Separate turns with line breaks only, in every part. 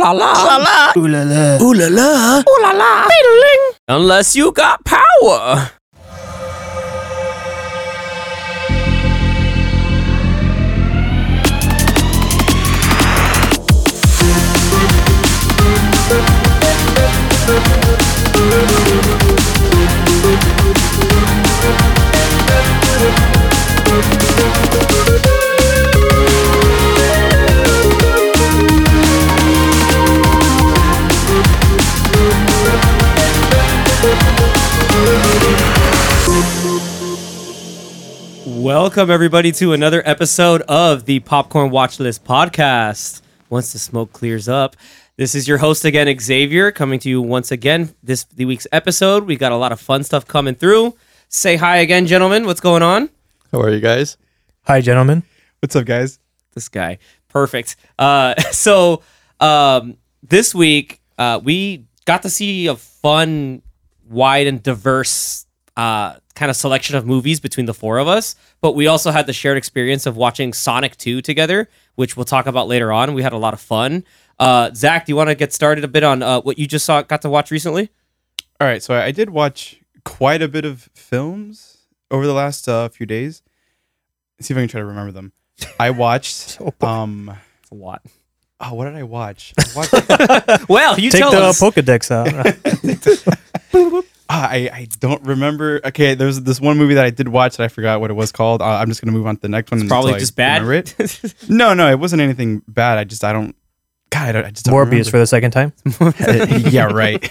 la la. La la. Ooh la la. Ooh la la. Ooh la la. Ding. Unless you got power.
Welcome everybody to another episode of the Popcorn Watchlist podcast. Once the smoke clears up, this is your host again, Xavier, coming to you once again this the week's episode. We got a lot of fun stuff coming through. Say hi again, gentlemen. What's going on?
How are you guys?
Hi, gentlemen.
What's up, guys?
This guy, perfect. Uh, so um, this week uh, we got to see a fun, wide and diverse uh, kind of selection of movies between the four of us. But we also had the shared experience of watching Sonic Two together, which we'll talk about later on. We had a lot of fun. Uh, Zach, do you want to get started a bit on uh, what you just saw, got to watch recently?
All right, so I I did watch quite a bit of films over the last uh, few days. Let's see if I can try to remember them. I watched um
It's a lot.
oh what did I watch? I watched-
Well, you
Take
tell
the
us.
Pokedex out.
Ah, I I don't remember. Okay, there's this one movie that I did watch that I forgot what it was called. Uh, I'm just gonna move on to the next one.
It's probably
until I
just bad.
remember it. No, no, it wasn't anything bad. I just I don't. God, I, don't, I just don't
Morbius for the second time.
remember. yeah, right.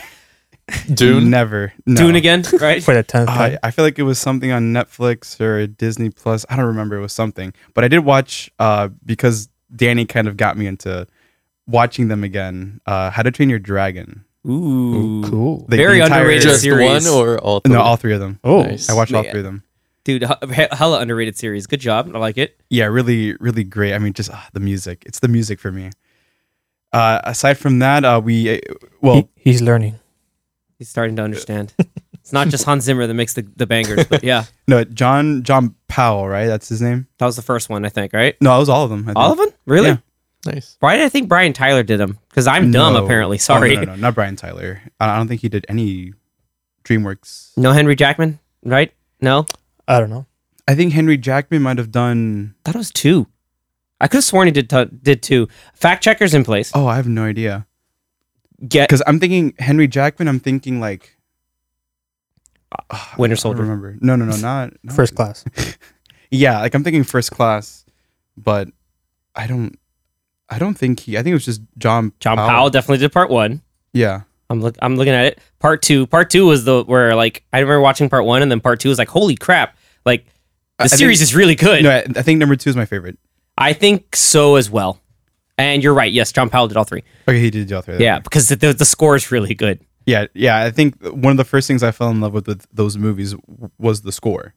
Dune.
Never. No.
Dune again, right?
For the tenth time.
Uh-huh.
I, I feel like it was something on Netflix or Disney Plus. I don't remember. It was something, but I did watch uh, because Danny kind of got me into watching them again. Uh, How to Train Your Dragon.
Ooh,
cool.
The
Very
entire-
underrated
Just
series.
one or all three?
No, all three of them.
Oh. Nice.
I watched all
Man.
three of them.
dude, he- hella underrated series. Good job, I like it.
Yeah, really, really great. I mean, just ah, the music. It's the music for me. Uh, aside from that, uh, we uh, well,
He- he's learning.
He's starting to understand. it's not just Hans Zimmer that makes the, the bangers, but yeah,
no, John John Powell, right? That's his name.
that was the first one, I think, right?
No, it was all of them. I
All of
think.
them, really?
Yeah.
Nice.
Why did I think Brian Tyler did them? Because I'm dumb,
No.
apparently.
Oh, no,
Sorry.
no, no, not Brian Tyler. I I don't think he did any DreamWorks
No Henry Jackman, right? No,
I don't know.
I think Henry Jackman might have done.
that was two. I could have sworn he did t- did two. Fact checkers in place.
Oh, I have no idea.
Get
Because I'm thinking Henry Jackman. I'm thinking like Ah,
Winter
I don't
Soldier.
Remember? No, no, no, not no.
First class.
Yeah, like I'm thinking first class, but I don't. I don't think he. I think it was just John.
John Powell definitely did part one.
Yeah.
I'm look I'm looking at it. Part two. Part two was the where like I remember watching part one and then part two was like holy crap like the
I- I
series
think-
is really good.
No, I, I think number two is my favorite.
I think so as well. And you're right. Yes, John Powell did all three.
Okay, he did do all three. of them.
Yeah, because the, the, the score is really good.
Yeah, yeah. I think one of the first things I fell in love with with those movies w- was the score,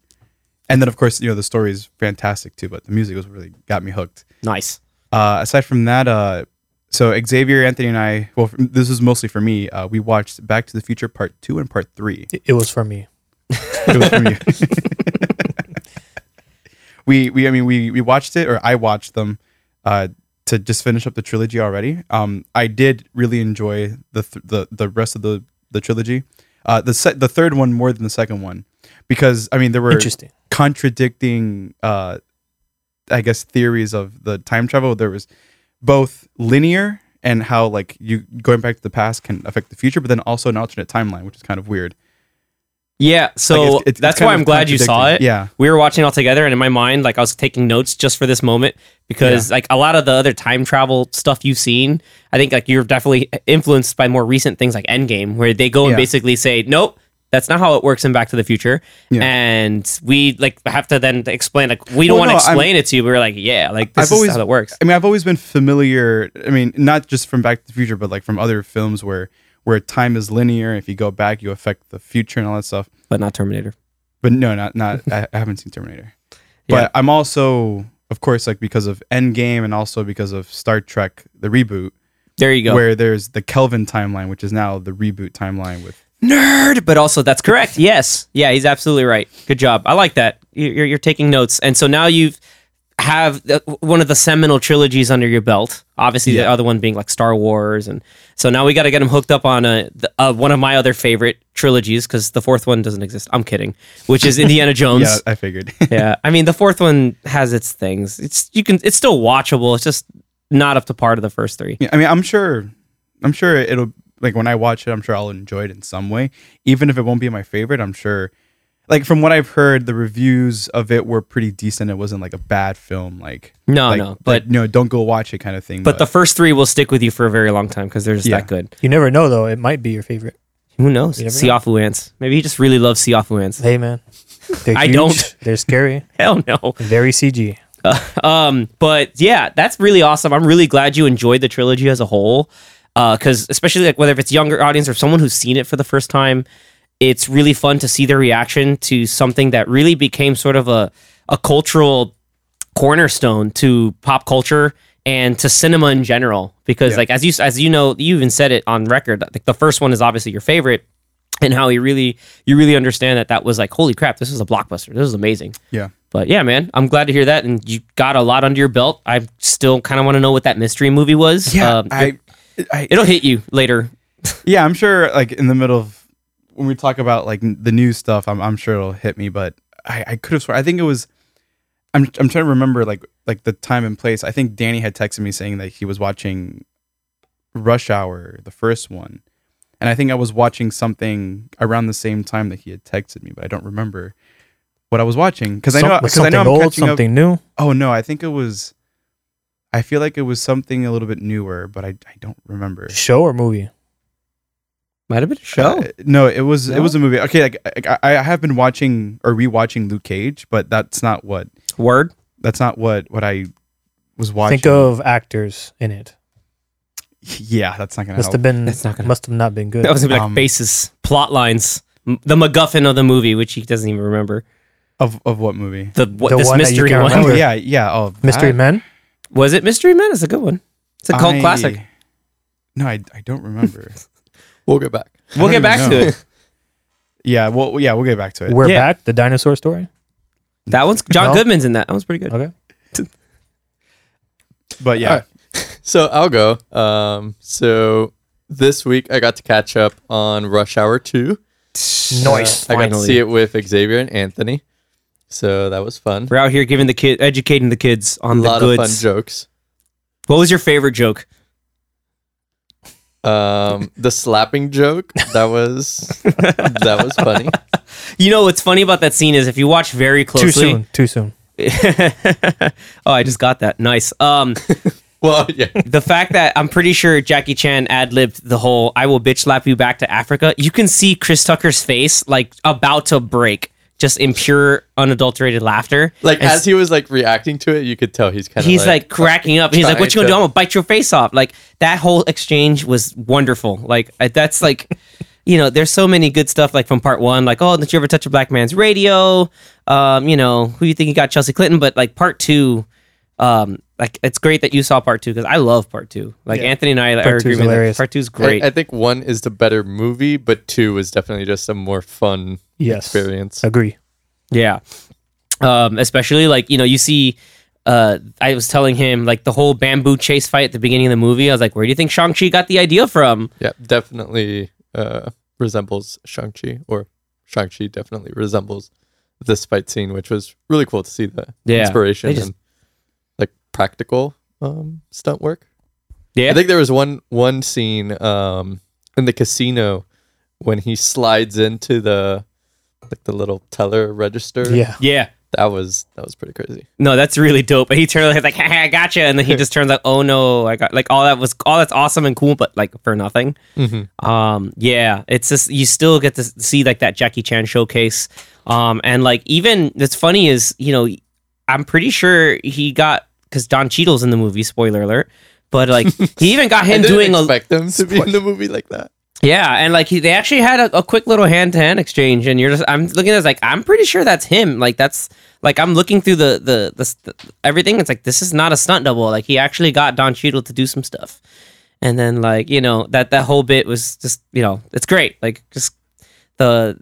and then of course you know the story is fantastic too, but the music was really got me hooked.
Nice.
Uh, aside from that, uh, so Xavier, Anthony, and I, well, f- this was mostly for me. Uh, we watched Back to the Future Part Two and Part Three.
It, it was for me.
It was from you. we, we, I mean, we we watched it, or I watched them, uh, to just finish up the trilogy already. Um, I did really enjoy the th- the the rest of the the trilogy. Uh, the se- the third one more than the second one, because I mean there were
Interesting.
contradicting uh i guess theories of the time travel there was both linear and how like you going back to the past can affect the future but then also an alternate timeline which is kind of weird
Yeah. So
Like, it's- it's-
that's
it's kind
why
of
I'm glad you saw it.
contradicting. yeah
we were watching it all together and in my mind like i was taking notes just for this moment because like a lot of the other time travel stuff you've seen i think like you're definitely influenced by more recent things like endgame where they go and
Yeah.
basically say nope that's not how it works in back to the future
Yeah.
and we like have to then explain like we don't want
Well,
to
no, I'm-
explain it to you we are like yeah like this
I've
is
always-
how it works
I mean, I've always been familiar. I mean, not just from Back to the Future, but like from other films where where time is linear. If you go back, you affect the future and all that stuff.
but not terminator
But no, not not. I, I haven't seen Terminator. But
Yeah.
I'm also, of course, like because of Endgame and also because of Star Trek the reboot,
there you go
where there's the Kelvin timeline, which is now the reboot timeline with.
nerd but also that's correct yes yeah he's absolutely right good job i like that You- you're, you're taking notes and so now you've have the, one of the seminal trilogies under your belt. Obviously, the
Yeah.
other one being like Star Wars, and so now we got to get him hooked up on a the, uh, one of my other favorite trilogies because the fourth one doesn't exist. I'm kidding, which is Indiana Jones.
Yeah, I figured.
yeah, I mean the fourth one has its things. It's you can it's still watchable. It's just not up to par to the first three.
Yeah, I mean, I'm sure, I'm sure it'll like when I watch it, I'm sure I'll enjoy it in some way, even if it won't be my favorite. I'm sure, like from what I've heard, the reviews of it were pretty decent. It wasn't like a bad film, like
No,
like-
no,
like,
but
no, don't go watch it kind of thing.
but the first three will stick with you for a very long time because they're just
Yeah.
that good.
You never know, though. It might be your favorite.
Who knows?
You never know.
Siafu ants. Maybe he just really loves Siafu ants.
Hey, man. They're
I
huge,
don't.
They're scary.
Hell no.
Very CG.
Um, but yeah, that's really awesome. I'm really glad you enjoyed the trilogy as a whole. Because especially like whether if it's younger audience or someone who's seen it for the first time, it's really fun to see their reaction to something that really became sort of a a cultural cornerstone to pop culture and to cinema in general. Because like as you as you know, you even said it on record. Like the first one is obviously your favorite, and how you really you really understand that that was like holy crap, this is a blockbuster. This is amazing.
yeah,
But yeah, man, I'm glad to hear that, and you got a lot under your belt. I still kind of want to know what that mystery movie was.
yeah,
Um,
I, I,
it'll hit you later.
yeah, I'm sure like in the middle of when we talk about like n- the new stuff, I'm, I'm sure it'll hit me, but I, I could have sworn, I think it was, I'm, I'm trying to remember like, like the time and place. I think Danny had texted me saying that he was watching rush hour, the first one. And I think I was watching something around the same time that he had texted me, but I don't remember what I was watching. Cause I know,
Some- was
cause I know I'm
something old,
catching up.
something new.
Oh no, I think it was, I feel like it was something a little bit newer, but I, I don't remember.
Show or movie?
Might have been a
Uh, no, it was it
No?
was a movie. Okay, like like, I, I have been watching or rewatching Luke Cage, but that's not what
Word.
that's not what what I was watching.
Think of actors in it.
yeah, that's not gonna
Must
help.
have been.
That's not gonna-
Must have not been good.
That was gonna be like
Um,
basis, plot lines, m- the MacGuffin of the movie, which he doesn't even remember.
of of what movie?
The what
The
this
one that you
mystery
can
one
Oh
remember.
yeah, yeah. Oh,
Mystery
that-
Men.
was it? Mystery Man is a good one. It's a cult
I-
classic.
No, I I don't remember.
We'll get back.
We'll
I
get
don't
back
even
to
know.
it.
yeah, well, yeah, we'll get back to it.
We're
Yeah.
back. The dinosaur story.
That one's John
No.
Goodman's in that. That one's pretty good.
Okay.
But yeah,
All right. So I'll go. Um, so this week I got to catch up on Rush Hour 2.
Nice.
I got to
Finally.
see it with Xavier and Anthony. So that was fun.
We're out here giving the kid, educating the kids
A
on the
lot
goods.
of fun jokes.
What was your favorite joke?
Um, the slapping joke that was that was funny.
You know what's funny about that scene is if you watch very
Too
closely.
soon. Too soon.
oh, I just got that. Nice. Um,
Well, yeah,
the fact that I'm pretty sure Jackie Chan ad libbed the whole "I will bitch slap you back to Africa." You can see Chris Tucker's face like about to break, just in pure unadulterated laughter.
like
And
as he was like reacting to it, you could tell he's kind of
he's like, cracking up. He's like, "What you gonna do?
trying to-
I'm gonna bite your face off." Like that whole exchange was wonderful. Like I- that's like. You know, there's so many good stuff like from part one, like, oh, did you ever touch a black man's radio? Um, you know, who you think you got Chelsea Clinton? But like part two, um, like it's great that you saw part two because I love part two. Like Anthony and I are
two's
agreeing that
hilarious.
part two's
I-
great.
I, think one is the better movie, but two is definitely just a more fun
Yes.
experience.
Agree.
Yeah. Um, especially like, you know, you see uh I was telling him like the whole bamboo chase fight at the beginning of the movie. I was like, where do you think Shang-Chi got the idea from?
Yeah, definitely uh, resembles Shang Chi, or Shang Chi definitely resembles this fight scene, which was really cool to see the
Yeah,
inspiration
they just-
and like practical um, stunt work.
Yeah.
I think there was one one scene um, in the casino when he slides into the like the little teller register.
Yeah.
yeah.
that was that was pretty crazy.
No, that's really dope. He turns like, "Haha, I gotcha, and then he just turns out, oh no, I got like all that was all that's awesome and cool, but like for nothing.
Mm-hmm.
Um, yeah, it's just you still get to s- see like that Jackie Chan showcase. Um, and like even that's funny is you know I'm pretty sure he got because Don Cheadle's in the movie. Spoiler alert. But like he even got him
I didn't
doing a
expect them to be in the movie like that.
yeah, and like he, they actually had a, a quick little hand to hand exchange, and you're just I'm looking at it, like I'm pretty sure that's him. Like that's like I'm looking through the the, the st- everything. It's like this is not a stunt double. Like he actually got Don Cheadle to do some stuff, and then like you know that that whole bit was just you know it's great. Like just the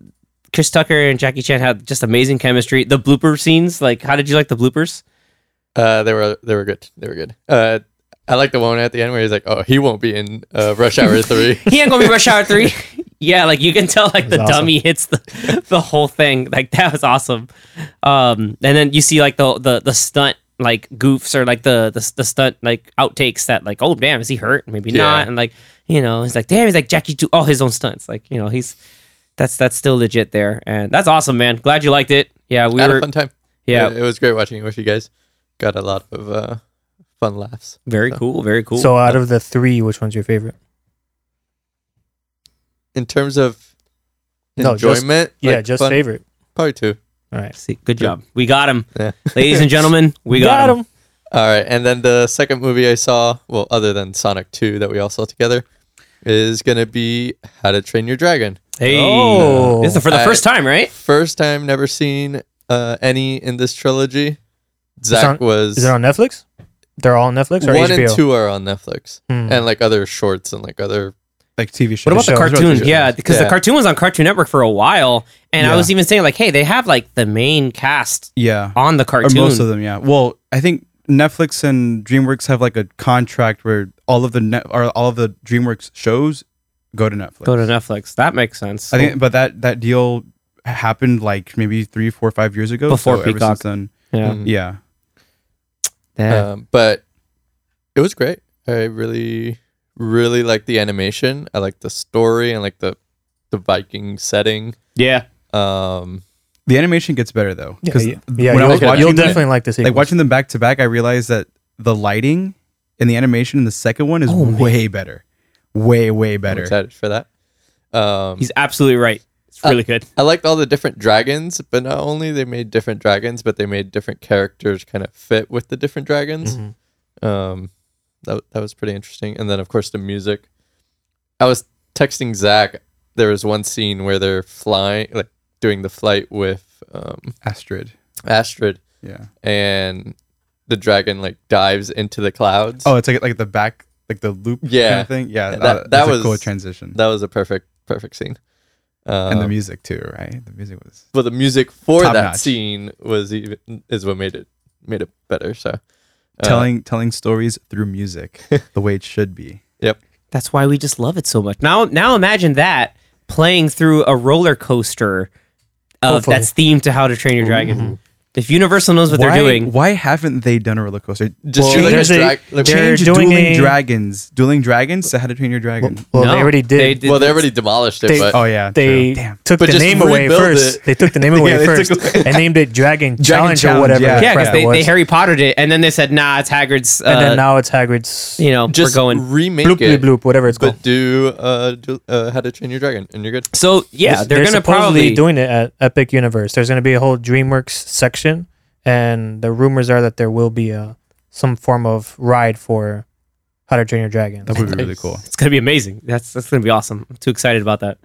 Chris Tucker and Jackie Chan had just amazing chemistry. The blooper scenes, like how did you like the bloopers?
Uh, they were they were good. They were good. Uh, I like the one at the end where he's like, "Oh, he won't be in uh, Rush Hour 3.
he ain't gonna be rush hour three. yeah, like you can tell, like the
That's awesome.
dummy hits the the whole thing. Like that was awesome. Um, and then you see like the the the stunt like goofs or like the the, the stunt like outtakes that like oh damn is he hurt maybe
Yeah.
not and like you know he's like damn he's like Jackie do all his own stunts like you know he's that's that's still legit there and that's awesome man glad you liked it yeah we
Had
were
a fun time.
yeah
it, it was great watching it with you guys. Got a lot of uh, fun laughs.
very cool very cool
So out of the three, which one's your favorite?
In terms of
No, just-
enjoyment,
Yeah,
like,
just
fun-
favorite.
Probably two.
All right.
See, good job we got him
Yeah.
ladies and gentlemen we got, him.
All right, and then the second movie I saw, well, other than Sonic Two that we all saw together, is gonna be How to Train Your Dragon.
hey
Oh.
this is for the
I-
first time right
First time, never seen uh, any in this trilogy. Zach
on-
was
Is it on Netflix? They're all on Netflix or
one
HBO?
and two are on Netflix
Hmm.
and like other shorts and like other.
like TV shows.
What about the
shows,
Those are
cartoon?
TV
Yeah,
shows.
because the
Yeah.
cartoon was on Cartoon Network for a while, and I
Yeah.
was even saying like, hey, they have like the main cast
yeah,
on the
or
cartoon.
most of them. Yeah. Well, I think Netflix and DreamWorks have like a contract where all of the net or all of the DreamWorks shows go to Netflix.
Go to Netflix. That makes sense.
I think, but that that deal happened like maybe three, four, five years ago.
Before
ever
Peacock.
since then,
yeah.
Mm.
yeah.
Yeah.
Um, but it was great. I really, really liked the animation. I liked the story and like the the Viking setting.
yeah.
Um,
The animation gets better though,
Yeah,
because
yeah. yeah
when I
you'll,
was
Okay.
watching
you'll
it-
definitely like this.
like watching them back to back, I realized that the lighting and the animation in the second one is
Oh, man.
way better, way way
I'm
better.
excited for that. Um,
He's absolutely right. It's really good.
I liked all the different dragons, but not only they made different dragons, but they made different characters kind of fit with the different dragons.
Mm-hmm.
Um, that that was pretty interesting. And then of course the music. I was texting Zach. There was one scene where they're flying, like doing the flight with um,
Astrid,
Astrid,
yeah.
and the dragon like dives into the clouds.
Oh, it's like like the back, like the loop, kind
Yeah.
of thing. Yeah, uh,
That- that
that's
was-
a cool transition.
that was a perfect perfect scene. Um,
and the music too, right? The music was
but the music for
Top
that
notch.
scene was even is what made it made it better. So. uh,
telling telling stories through music, the way it should be.
That's why we just love it so much. Now, now imagine that playing through a roller coaster of
Hopefully.
that's themed to How to Train Your Dragon. If Universal knows what
why,
they're doing,
Why haven't they done a roller coaster?
Just
Well,
do, like, a
there's a-
drag- like,
there- They're
Change
doing
dueling
a-
dragons, dueling dragons to How to Train Your Dragon.
Well,
No,
they already did.
they
They,
did-
well, they already demolished it,
They-
but
oh yeah, true.
they
damn.
took
But
the
just
name away
rebuild
first.
it.
They took the name away
they took
first and named it Dragon, Challenge
Challenge,
or whatever.
yeah.
the
yeah, because
crap
they,
it
they
was.
Harry Pottered it, and then they said, nah, it's Hagrid's. Uh,
and then now it's Hagrid's
you know, we're
just
going.
remake
bloop bloop
it,
bloop, whatever it's called.
but do uh, do uh, How to Train Your Dragon, and you're good.
So yeah,
It's-
they're, gonna
supposedly
probably
doing it at Epic Universe. There's gonna be a whole DreamWorks section, and the rumors are that there will be a some form of ride for How to Train Your Dragon.
That would be really cool.
It's gonna be amazing. That's that's gonna be awesome. I'm too excited about that.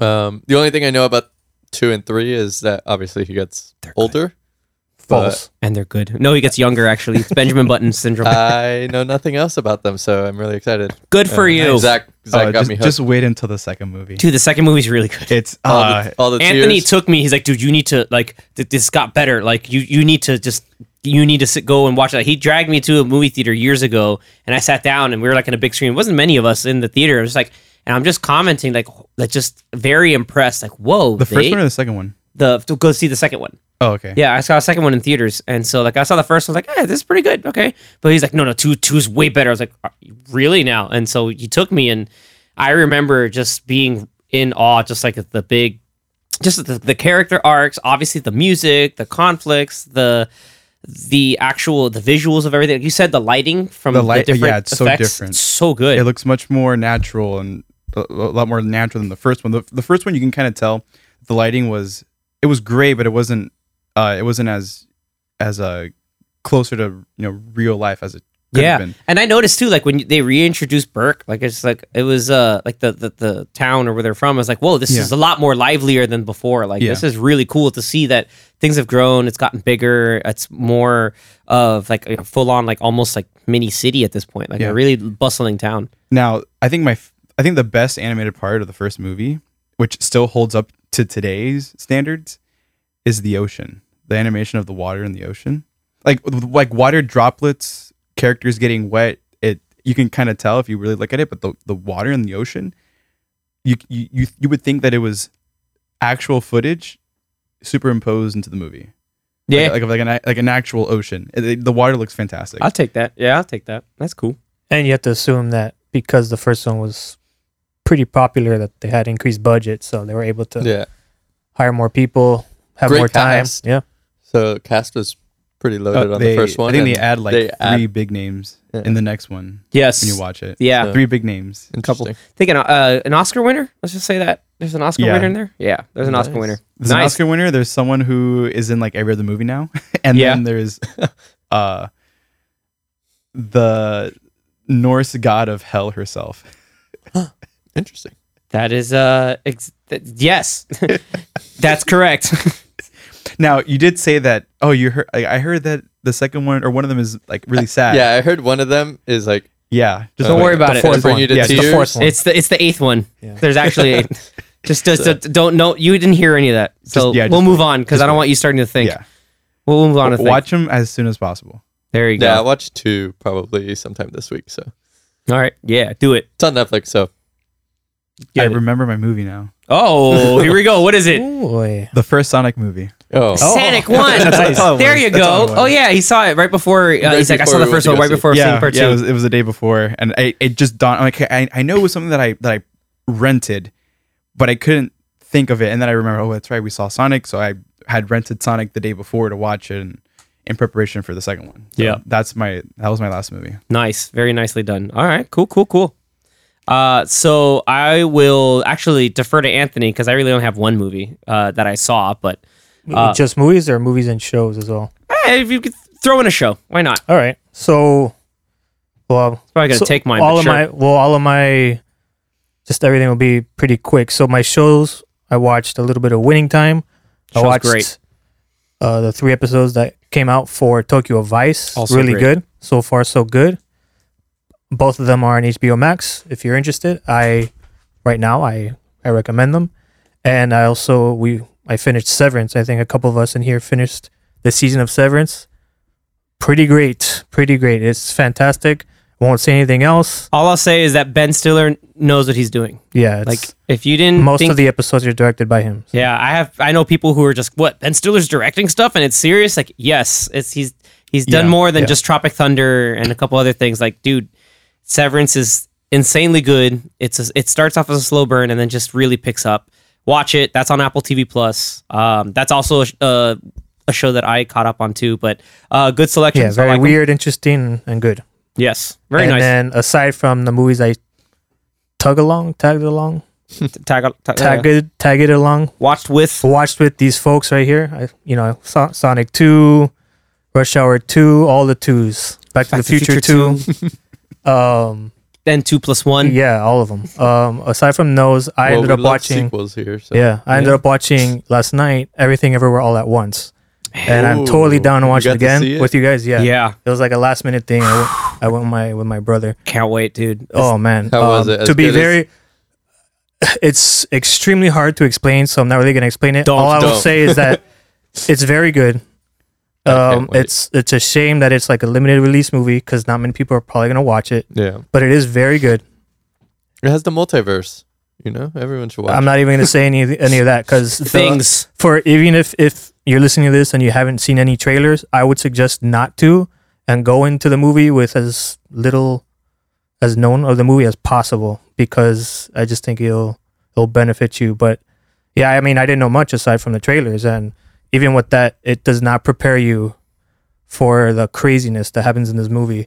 Um, the only thing I know about two and three is that obviously he gets older.
False.
And they're good. No, he gets younger actually. It's Benjamin Button syndrome.
I know nothing else about them, so I'm really excited.
good for you.
Zach, Zach
Oh,
got
just,
me hooked.
just wait until the second movie.
Dude, the second movie's really good.
It's
all,
uh,
the, all the
Anthony
tears.
took me. He's like, dude, you need to like th- this got better. Like you you need to just you need to sit, go and watch that. He dragged me to a movie theater years ago, and I sat down and we were like in a big screen. It wasn't many of us in the theater. It was like, and I'm just commenting like, like just very impressed. Like, whoa,
the first
they-
one or the second one?
the to go see the second one.
Oh, okay.
Yeah, I saw a second one in theaters, and so like I saw the first one, I was like, "Hey, this is pretty good, okay." But he's like, "No, no, two, two's way better." I was like, "Are- "Really now?" And so he took me, and I remember just being in awe, just like at the big, just the, the character arcs, obviously the music, the conflicts, the the actual the visuals of everything. Like you said the lighting from
The
the,
light-
different
yeah, it's so
effects,
different.
it's so good.
it looks much more natural and a a lot more natural than the first one. The, the first one you can kind of tell the lighting was it was gray, but it wasn't uh, it wasn't as as uh, closer to you know real life as it could
yeah
have been.
and i noticed too like when you- they reintroduced burke like it's like it was uh like the the, the town or where they're from i was like whoa this
Yeah.
is a lot more livelier than before like
Yeah.
this is really cool to see that things have grown it's gotten bigger it's more of like a full-on like almost like mini city at this point like
Yeah.
a really bustling town
Now I think my f- I think the best animated part of the first movie, which still holds up to today's standards, is the ocean. The animation of the water in the ocean. like with- like water droplets, characters getting wet. It you can kind of tell if you really look at it, but the the water in the ocean, you you you, you would think that it was actual footage superimposed into the movie.
Yeah.
like, like, like an a- like an actual ocean. It- it- the water looks fantastic.
I'll take that. Yeah, I'll take that. That's cool.
And you have to assume that because the first one was pretty popular, that they had increased budget, so they were able to
Yeah.
hire more people, have
Great
more time.
cast.
Yeah,
So cast was pretty
Uh,
loaded on
they-
the first one.
I think they
and
add like
they
three
add-
big names
Yeah.
in the next one
Yes.
when you watch it.
Yeah.
So-
Three big names.
Interesting.
Thinking uh, an Oscar winner. Let's just say that there's an Oscar
Yeah.
winner in there. Yeah, there's an Oscar
Nice.
winner.
There's an
nice.
Oscar winner. There's someone who is in like every other movie now, and
Yeah.
then there's uh the Norse god of hell herself.
Interesting.
That is uh, ex- th- yes, that's correct.
Now you did say that. Oh, you heard. I I heard that the second one or one of them is like really sad.
Yeah, I heard one of them is like
yeah. Just
Don't
wait.
worry about
The
it.
fourth
Just bring
one.
you to
Yeah, just
the
tears.
fourth one.
it's the it's the eighth one.
Yeah.
There's actually eight. just just
So-
don't know. You didn't hear any of that, so
Just- yeah,
we'll
just
move
wait.
on because I don't want you starting to think.
Yeah.
We'll move on to think.
Watch them as soon as possible.
There you go.
Yeah, I watched two probably sometime this week. So
All right. Yeah, do it.
it's on Netflix. So
I
Get it.
remember my movie now.
Oh, here we go. What is it?
Boy.
The first Sonic movie.
oh,
Oh.
Sonic one.
That's all it
There
was.
you
That's
go.
all it was.
Oh yeah, he saw it right before. Uh,
Right
he's like, I
before
saw the
we
first
went
one
to
right
go see it.
before seeing part
yeah,
two.
It was, it was the day before, and I, it just dawned. Like I, I know it was something that I that I rented, but I couldn't think of it. And then I remember, oh, that's right, we saw Sonic, so I had rented Sonic the day before to watch it in, in preparation for the second one. So
Yeah.
that's my that was my last movie.
Nice. Very nicely done. All right. Cool, cool, cool. Uh, so I will actually defer to Anthony because I really only have one movie uh, that I saw, but Uh,
just movies or movies and shows as well.
eh, if you could throw in a show, why not?
All right. So, well,
Probably gonna
so
take mine.
All
but
of
sure.
my, well, all of my, just everything will be pretty quick. So my shows, I watched a little bit of Winning Time. I
Show's
watched
great.
Uh, the three episodes that came out for Tokyo Vice.
Also
really
great.
good so far, so good. Both of them are on HBO Max. If you're interested, I right now I I recommend them. And I also we I finished Severance. I think a couple of us in here finished the season of Severance. Pretty great, pretty great. It's fantastic. Won't say anything else.
all I'll say is that Ben Stiller knows what he's doing.
Yeah, it's
Like if you didn't
most
think,
of the episodes are directed by him. So
yeah, I have I know people who are just what Ben Stiller's directing stuff and it's serious. Like yes, it's he's he's done
Yeah,
more than
yeah.
just Tropic Thunder and a couple other things. Like dude, Severance is insanely good. It's a, it starts off as a slow burn and then just really picks up. Watch it. That's on Apple TV Plus. Um, that's also a, sh- uh, a show that I caught up on too. But uh, good selection.
yeah, very weird, interesting, and good.
Yes, very
and
nice.
then aside from the movies I tug along, tagged along,
tag, uh, tag,
tagged, tagged along,
watched with.
watched with these folks right here. I, you know, so- Sonic Two, Rush Hour Two, all the twos, Back, to the Future, Two. um,
Then two plus one.
yeah, all of them. Um, aside from those, I
Well,
ended
we
up
love
watching.
sequels here. So.
Yeah, I ended up watching last night. Everything, everywhere, all at once. And I'm totally
Ooh,
down to
you
watch it
got to
again
see it?
with you guys. Yeah,
yeah.
It was like a last minute thing. I went, I went with my with my brother.
Can't wait, dude.
Oh man,
How was it? As
To be
good as-
very, it's extremely hard to explain, so I'm not really gonna explain it.
Don't,
All I will
don't.
say is that it's very good.
can't
Um,
wait.
it's it's a shame that it's like a limited release movie because not many people are probably gonna watch it,
Yeah.
but it is very good.
It has the multiverse. You know, everyone should watch.
I'm not even gonna say any of- any of that because
Things.
for even if if you're listening to this and you haven't seen any trailers, I would suggest not to and go into the movie with as little as known of the movie as possible because I just think it'll it'll benefit you. But yeah, I mean, I didn't know much aside from the trailers, and even with that, it does not prepare you for the craziness that happens in this movie.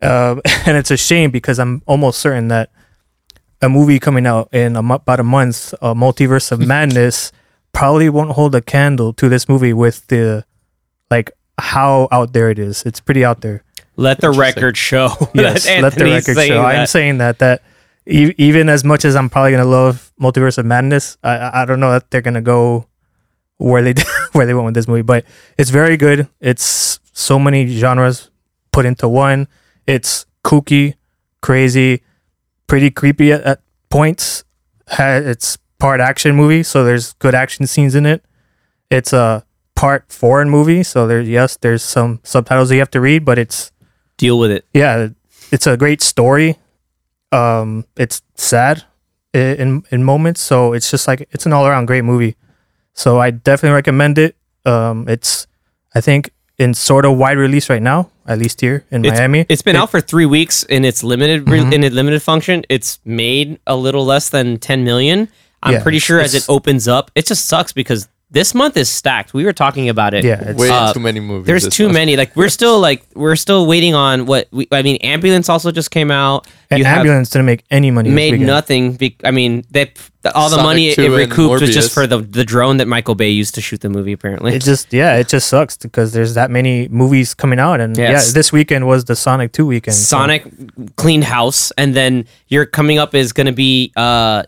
Um, and it's a shame because I'm almost certain that a movie coming out in a, mo- about a month, a multiverse of madness, probably won't hold a candle to this movie with the like how out there it is. It's pretty out there.
Let the
Interesting.
record show.
Yes,
that
let the
Anthony's
record
saying
show. I'm
that.
saying that that e- even as much as I'm probably gonna love Multiverse of Madness, I- I I don't know that they're gonna go where they where they went with this movie, but it's very good. It's so many genres put into one. It's kooky, crazy, pretty creepy at, at points. Ha- It's part action movie, so there's good action scenes in it. It's a part foreign movie, so there yes, there's some subtitles that you have to read, but it's
Deal with it.
yeah, it's a great story. Um, it's sad i- in in moments, so it's just like it's an all around great movie. So I definitely recommend it. Um, it's I think in sort of wide release right now, at least here in Miami. Mm-hmm.
It's been out for three weeks in its limited re- in its limited function. It's made a little less than 10 million. I'm
Yeah,
pretty
it's-
sure as it
it's-
opens up, it just sucks because this month is stacked. We were talking about it.
yeah, it's,
Way
Uh,
too many movies.
There's
this
too
month.
many. Like we're still like we're still waiting on what we, I mean. Ambulance also just came out.
and
you have
ambulance didn't make any money. this
made
weekend.
nothing. Be, I mean, they all the
Sonic
money it,
2
it
and
recouped was just
Morbius.
for the the drone that Michael Bay used to shoot the movie. Apparently,
It just yeah, it just sucks because there's that many movies coming out, and
Yes.
yeah, this weekend was the Sonic Two weekend. so-
Sonic cleaned house, and then your coming up is going to be uh,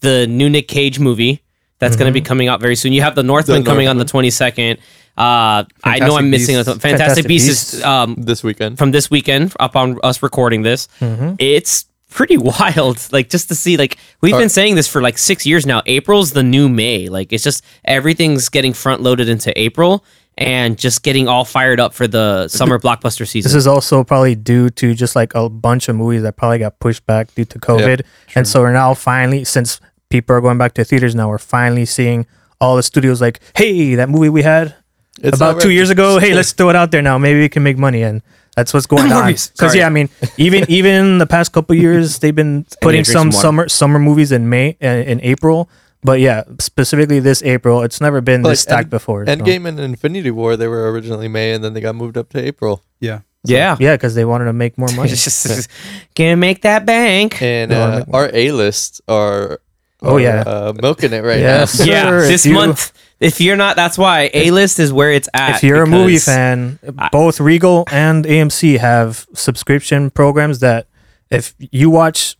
the new Nick Cage movie that's going to be coming out very soon. You have the Northman
The
coming on the 22nd. Uh, I know
Fantastic
I'm missing a
Beasts.
Fantastic, Beasts, is
Beasts.
um,
this weekend.
from this weekend up on us recording this.
Mm-hmm.
It's pretty wild, like just to see. Like we've been saying this for like six years now. April's the new May. Like it's just everything's getting front loaded into April and just getting all fired up for the summer blockbuster season.
This is also probably due to just like a bunch of movies that probably got pushed back due to COVID. and so we're now finally, since people are going back to theaters now, we're finally seeing all the studios like, hey, that movie we had
It's
about
not
two
right.
years ago, hey, let's throw it out there now. Maybe we can make money. And that's what's going on.
Morbius.
Because,
Sorry.
yeah, I mean, even even the past couple years, they've been putting
drink
some
some water.
summer summer movies in May and in April. But yeah, specifically this April, it's never been
Like,
this stacked
End-
before. so-
Endgame and Infinity War. They were originally May, and then they got moved up to April.
Yeah.
yeah.
Yeah, because they wanted to make more money.
It's just, gonna make that bank.
And
They wanna
uh,
make
our A list are.
Oh,
are,
yeah.
uh, milking it right
Yes.
now.
yeah,
Sure, if
this
you-
month. If you're not, that's why A list is where it's at.
if you're a movie
because-
fan,
I-
both Regal and AMC have subscription programs that if you watch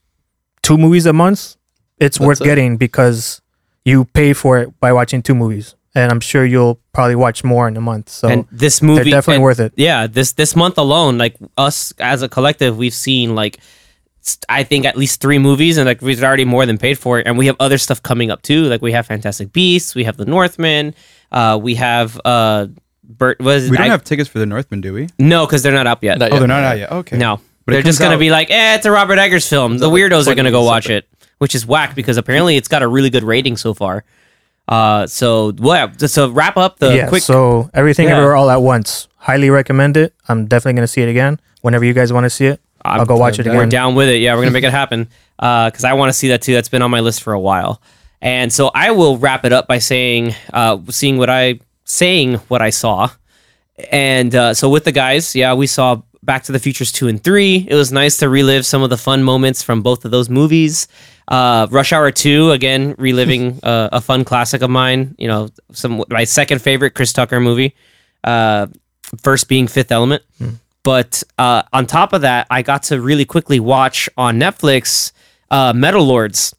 two movies a month, it's worth
it.
getting because you pay for it by watching two movies. And I'm sure you'll probably watch more in a month. So
and this movie,
they're definitely
and-
worth it.
yeah this this month alone like us as a collective we've seen like s- i think at least three movies and like we've already more than paid for it and we have other stuff coming up too like we have fantastic beasts we have the northman uh we have uh bert was
We don't
I-
have tickets for the Northman, do we?
no because they're not up yet
Not
Oh,
yet.
they're not out yet. Okay.
no
But it
they're just
comes
gonna
out-
be like eh it's a robert eggers film the
like
weirdos are
20
gonna go watch
something.
it which is whack because apparently it's got a really good rating so far uh so well so wrap up the
yeah.
quick
so everything
Yeah.
everywhere all at once. Highly recommend it. I'm definitely gonna see it again whenever you guys want to see it. i will go watch it
We're
again.
down with it. Yeah, we're gonna make it happen because I want to see that too. That's been on my list for a while, and so I will wrap it up by saying, uh, seeing what I saying what I saw, and uh, so with the guys, yeah, we saw Back to the Futures two and three. It was nice to relive some of the fun moments from both of those movies. Uh, Rush Hour two again, reliving uh, a fun classic of mine. You know, some my second favorite Chris Tucker movie. Uh, first being Fifth Element. But uh, on top of that, I got to really quickly watch on Netflix uh, Metal Lords.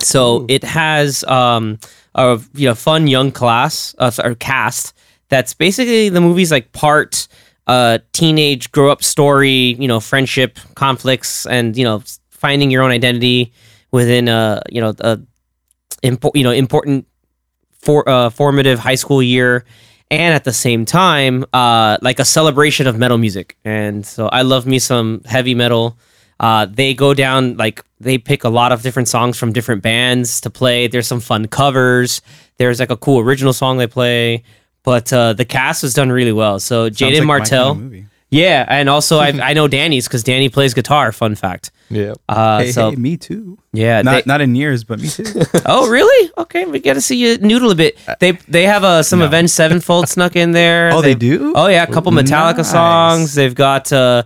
So it has um, a you know fun young class uh, or cast that's basically the movie's like part uh, teenage grow up story, you know, friendship conflicts, and you know finding your own identity within a you know a impo- you know important for uh, formative high school year and at the same time uh, like a celebration of metal music and so i love me some heavy metal uh, they go down like they pick a lot of different songs from different bands to play there's some fun covers there's like a cool original song they play but uh, the cast was done really well so
Sounds
jaden
like my kind of
martell
movie.
yeah and also I, I know danny's because danny plays guitar fun fact
Yeah.
uh,
hey,
so
hey, me too.
yeah
Not
they-
not in years, but me too.
Oh, really? Okay, we got to see you noodle a bit. They they have uh, some Avenged Sevenfold snuck in there.
Oh, they do?
Oh yeah, a couple Metallica
Nice.
songs. They've got uh,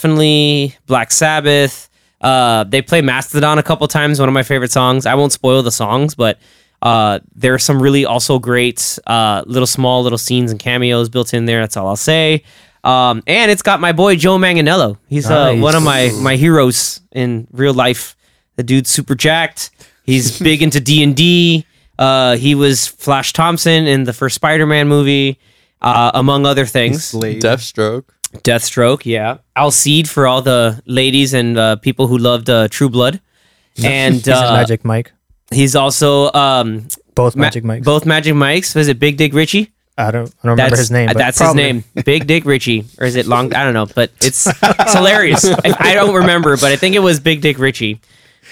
definitely Black Sabbath. Uh, they play Mastodon a couple times. One of my favorite songs. I won't spoil the songs, but uh, there are some really also great uh, little small little scenes and cameos built in there. That's all I'll say. Um, and it's got my boy Joe Manganello. He's uh,
Nice.
one of my my heroes in real life. The dude's super jacked. He's big into D and D. Uh, He was Flash Thompson in the first Spider-Man movie, uh, among other things.
Blade.
Deathstroke.
Deathstroke, yeah. Alcide for all the ladies and uh, people who loved uh, True Blood, and
He's a
uh,
Magic Mike.
he's also um,
Both
Ma-
Magic Mike's.
Both Magic Mikes. Was it Big Dick Richie?
I don't, I don't remember
That's uh,
his name. but
That's
probably-
his name, Big Dick Ritchie, or is it long? I don't know, but it's, it's hilarious. I, I don't remember, but I think it was Big Dick Ritchie.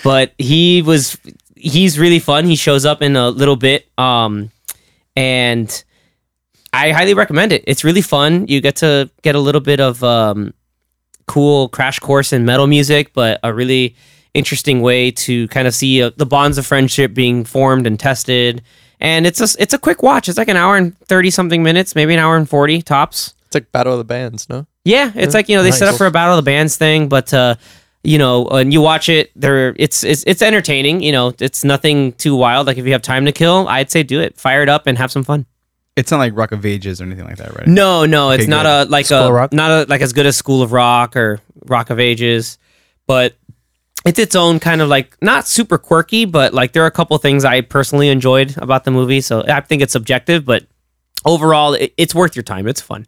But he was he's really fun. He shows up in a little bit, um, and I highly recommend it. It's really fun. You get to get a little bit of um, cool crash course in metal music, but a really interesting way to kind of see uh, the bonds of friendship being formed and tested. And it's a it's a quick watch. It's like an hour and thirty something minutes, maybe an hour and forty tops.
It's like Battle of the Bands, no?
Yeah, it's like you know they set up for a battle of the bands thing, but uh, you know when you watch it, there it's it's it's entertaining. You know, it's nothing too wild. Like if you have time to kill, I'd say do it, fire it up, and have some fun.
It's not like Rock of Ages or anything like that, right?
No, no, it's
Okay,
not
good.
a like
School
a
of Rock?
not a like as good as School of Rock or Rock of Ages, but it's its own kind of like not super quirky, but like there are a couple things I personally enjoyed about the movie. So I think it's subjective, but overall, it, it's worth your time. It's fun.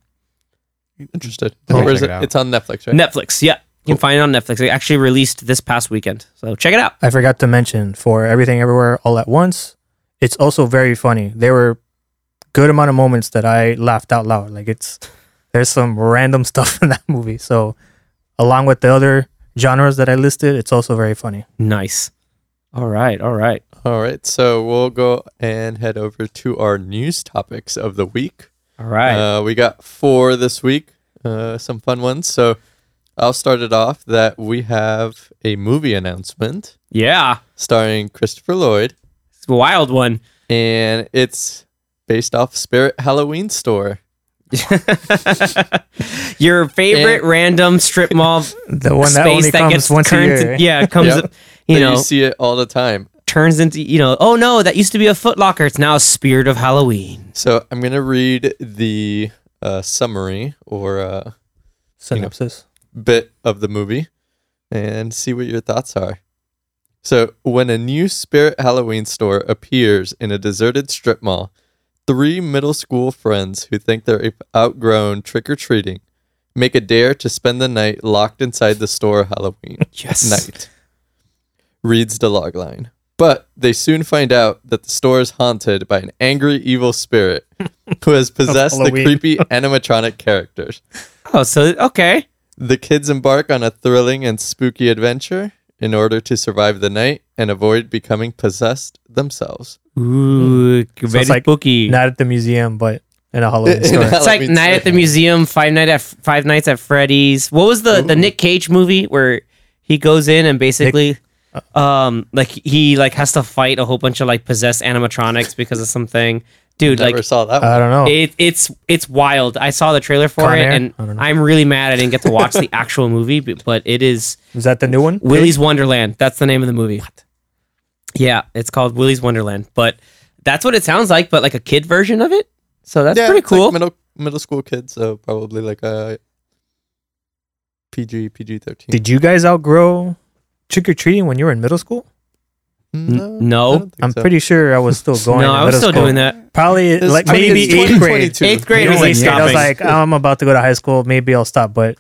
Interested.
Okay,
Where is
check
it?
it out.
It's on Netflix, right?
Netflix, yeah, you can find it on Netflix. It actually released this past weekend, so check it out.
I forgot to mention for Everything Everywhere All at Once, it's also very funny. There were good amount of moments that I laughed out loud. Like it's there's some random stuff in that movie. So along with the other genres that I listed, it's also very funny.
Nice. All right, all right.
All right. So we'll go and head over to our news topics of the week.
All right.
Uh, we got four this week, uh, some fun ones. So I'll start it off that we have a movie announcement
yeah.
starring Christopher Lloyd,
It's a wild one.
and it's based off Spirit Halloween Store.
Your favorite
Yeah.
random strip mall
The one that
space
only
that
comes
gets
once a
turned
year.
to- yeah, comes
Yep.
you
And
know,
you see it all the time.
turns into you know, oh no, that used to be a Foot Locker. It's now a Spirit of Halloween.
So I'm gonna read the uh, summary or uh,
Synopsis.
bit of the movie and see what your thoughts are. So, when a new Spirit Halloween store appears in a deserted strip mall, three middle school friends who think they're outgrown trick or treating make a dare to spend the night locked inside the store Halloween
Yes.
night. Reads the logline. But they soon find out that the store is haunted by an angry evil spirit who has possessed the
Halloween.
creepy animatronic characters.
Oh, so okay.
The kids embark on a thrilling and spooky adventure in order to survive the night and avoid becoming possessed themselves.
Ooh, very
it's like
spooky.
Not at the museum, but in a Halloween
In
store.
Hall-
it's like
Halloween
Night at the
Street.
Museum, Five Night at Five Nights at Freddy's. What was the the Nick Cage movie where he goes in and basically um like he like has to fight a whole bunch of like possessed animatronics because of something. Dude,
Never
like
saw that one.
I don't know.
It, it's it's wild. I saw the trailer for
Oh. Con
it,
Air?
and
I don't know.
I'm really mad I didn't get to watch the actual movie. But, but it is
Is that the new one?
Willy's Wonderland. That's the name of the movie. Yeah, it's called Willy's Wonderland. But that's what it sounds like, but like a kid version of it. So that's
Yeah,
pretty
it's like
cool.
middle middle school kids, so probably like a PG PG thirteen.
Did you guys outgrow trick or treating when you were in middle school?
No,
no.
I don't think
I'm
so.
pretty sure I was still going.
no,
in
I was
middle
still
school.
doing that.
Probably
It's
like
20
maybe
it's
eighth grade.
2022.
Eighth grade
Maybe
was like
eighth grade, I was
stopping.
like, "Oh, I'm about to go to high school. Maybe I'll stop. But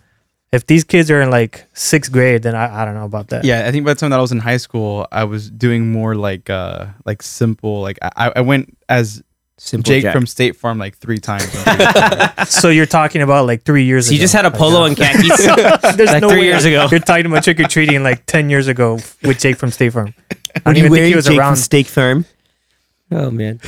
if these kids are in like sixth grade, then I, I don't know about that.
Yeah, I think by the time that I was in high school, I was doing more like uh like simple like I, I went as
Simple
Jake
Jack.
from State Farm like three times.
So you're talking about like three years
So you
ago.
just had a polo and khakis.
There's
like
no
three
way
years ago.
You're talking about trick or treating like 10 years ago with Jake from State Farm. I don't even think he was around.
Steak Farm. Oh man,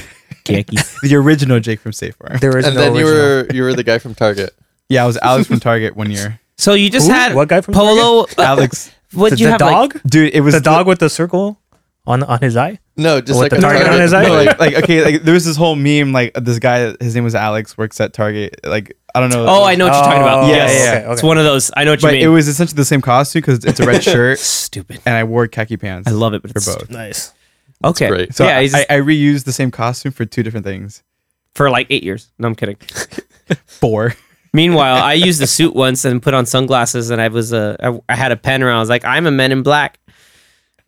khakis.
the original Jake from State Farm.
there was
And
no
then you
original.
were you were the guy from Target.
Yeah, I was Alex from Target one year.
So you just
Who?
had
What guy from
polo? Uh,
Alex,
what
the,
you
the
have? like-
dog?
dude, it was
the dog with the circle on on his eye?
No, just
With
like
the
a
target
Target.
on his eye?
No,
No,
like, like okay, like there was this whole meme like this guy, his name was Alex, works at Target. Like I don't know.
oh, I know what you're talking about.
Oh,
Yeah,
yes,
yeah, yeah.
okay,
it's
okay.
one of those. I know what you
But
mean.
it was essentially the same costume because it's a red shirt,
stupid.
and I wore khaki pants.
I love it, but
for
it's
both.
Nice.
Okay.
great.
So
yeah,
yeah,
he's
I, I reused the same costume for two different things.
for like eight years. No, I'm kidding.
Four.
Meanwhile, I used the suit once and put on sunglasses, and I was a I, I had a pen around. I was like, I'm a Men in Black.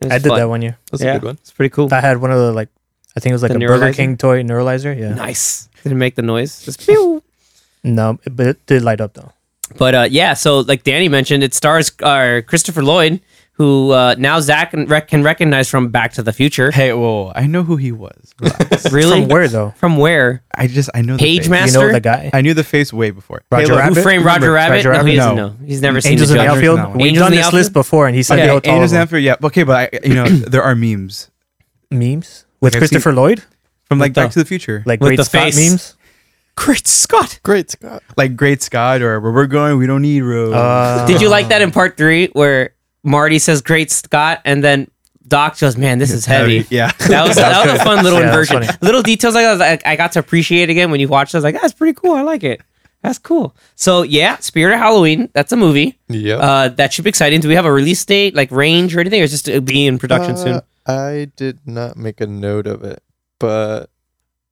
It was
I did
fun.
that one year.
That's
yeah,
a good one.
It's pretty cool.
I had one of the like, I think it was like
The
a Burger
neuralizer?
King toy neuralizer. Yeah.
nice. Didn't make the noise. Just pew.
No, but it did light up though.
But uh, yeah, so like Danny mentioned, it stars uh, Christopher Lloyd, who uh, now Zach can, rec- can recognize from Back to the Future.
Hey, whoa! I know who he was. Relax.
Really?
From where though?
From where?
I just I know the
Page
face.
Master?
You know the guy?
I knew the face way before.
Roger
Halo-
Who
Rabbit?
framed Roger
Remember
Rabbit?
Roger
no, he
Rabbit?
doesn't
No.
know. He's never seen
Angels
the
in the
Joker.
Outfield?
outfield. We've
Angels in
done
the
this
Outfield?
list before, and he said
Okay,
all
Angels in
of
Outfield, yeah. Okay, but I, you know there are memes
them. memes with
I've
Christopher Lloyd,
from like
the-
Back to the Future, like
like
With
Great
the
Scott
face.
memes.
Great Scott.
Great Scott.
like Great Scott or Where We're Going, We Don't Need Roads.
Uh,
Did you like that in part three where Marty says "Great Scott" and then Doc goes, "Man, this is heavy."
Yeah.
That was that was a fun little
Yeah, that was
inversion.
funny.
Little details like that like, I got to appreciate again when you watch. it. I was like, "That's pretty cool. I like it. That's cool." So yeah, Spirit of Halloween. That's a movie.
Yep.
Uh, that should be exciting. Do we have a release date, like range or anything, or is it just uh, be in production soon?
Uh, I did not make a note of it, but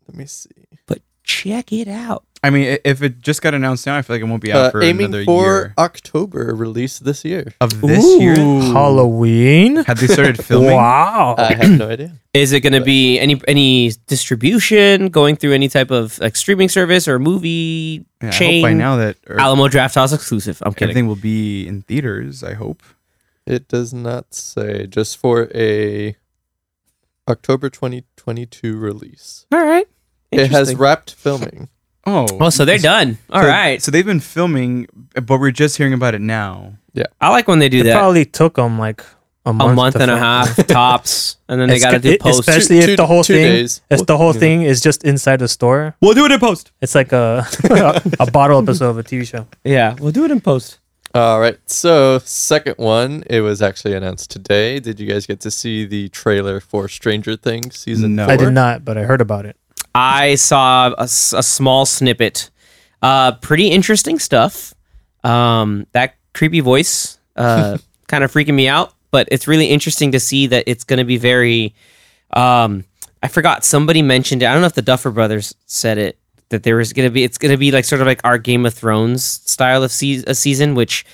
let me see.
But check it out.
I mean, i- if it just got announced now, I feel like it won't be out
Uh,
for another
aiming for
year Oh,
October release this year.
of this year.
Mm-hmm.
Halloween.
Have they started filming?
Wow.
I have no idea.
Uh, Is it going to be any any distribution going through any type of like streaming service or movie
Yeah, I
chain?
hope by now that or
Alamo Draft House exclusive. I'm kidding.
everything will be in theaters. I hope.
It does not say. Just for a October 2022 release.
All right.
It has
Interesting.
wrapped filming.
Oh,
Well, so they're done. All
so,
right.
So they've been filming, but we're just hearing about it now.
I like when they do
It
that.
probably took them like a
A
month,
month
to
and a
film.
half tops, and then they
It's
got to
ca-
do
it-
post.
Especially
Two-
if the whole
two
thing,
days.
if the whole thing is just inside the store.
We'll do it in post.
It's like a a bottle episode of a TV show.
Yeah, we'll do it in post.
All right. So, second one, it was actually announced today. Did you guys get to see the trailer for Stranger Things season
No.
four?
I did not, but I heard about it.
I saw a, s- a small snippet. Uh, pretty interesting stuff. Um, that creepy voice uh, kind of freaking me out, but it's really interesting to see that it's going to be very. Um, I forgot somebody mentioned it. I don't know if the Duffer Brothers said it that there was going to be. It's going to be like sort of like our Game of Thrones style of se- a season, which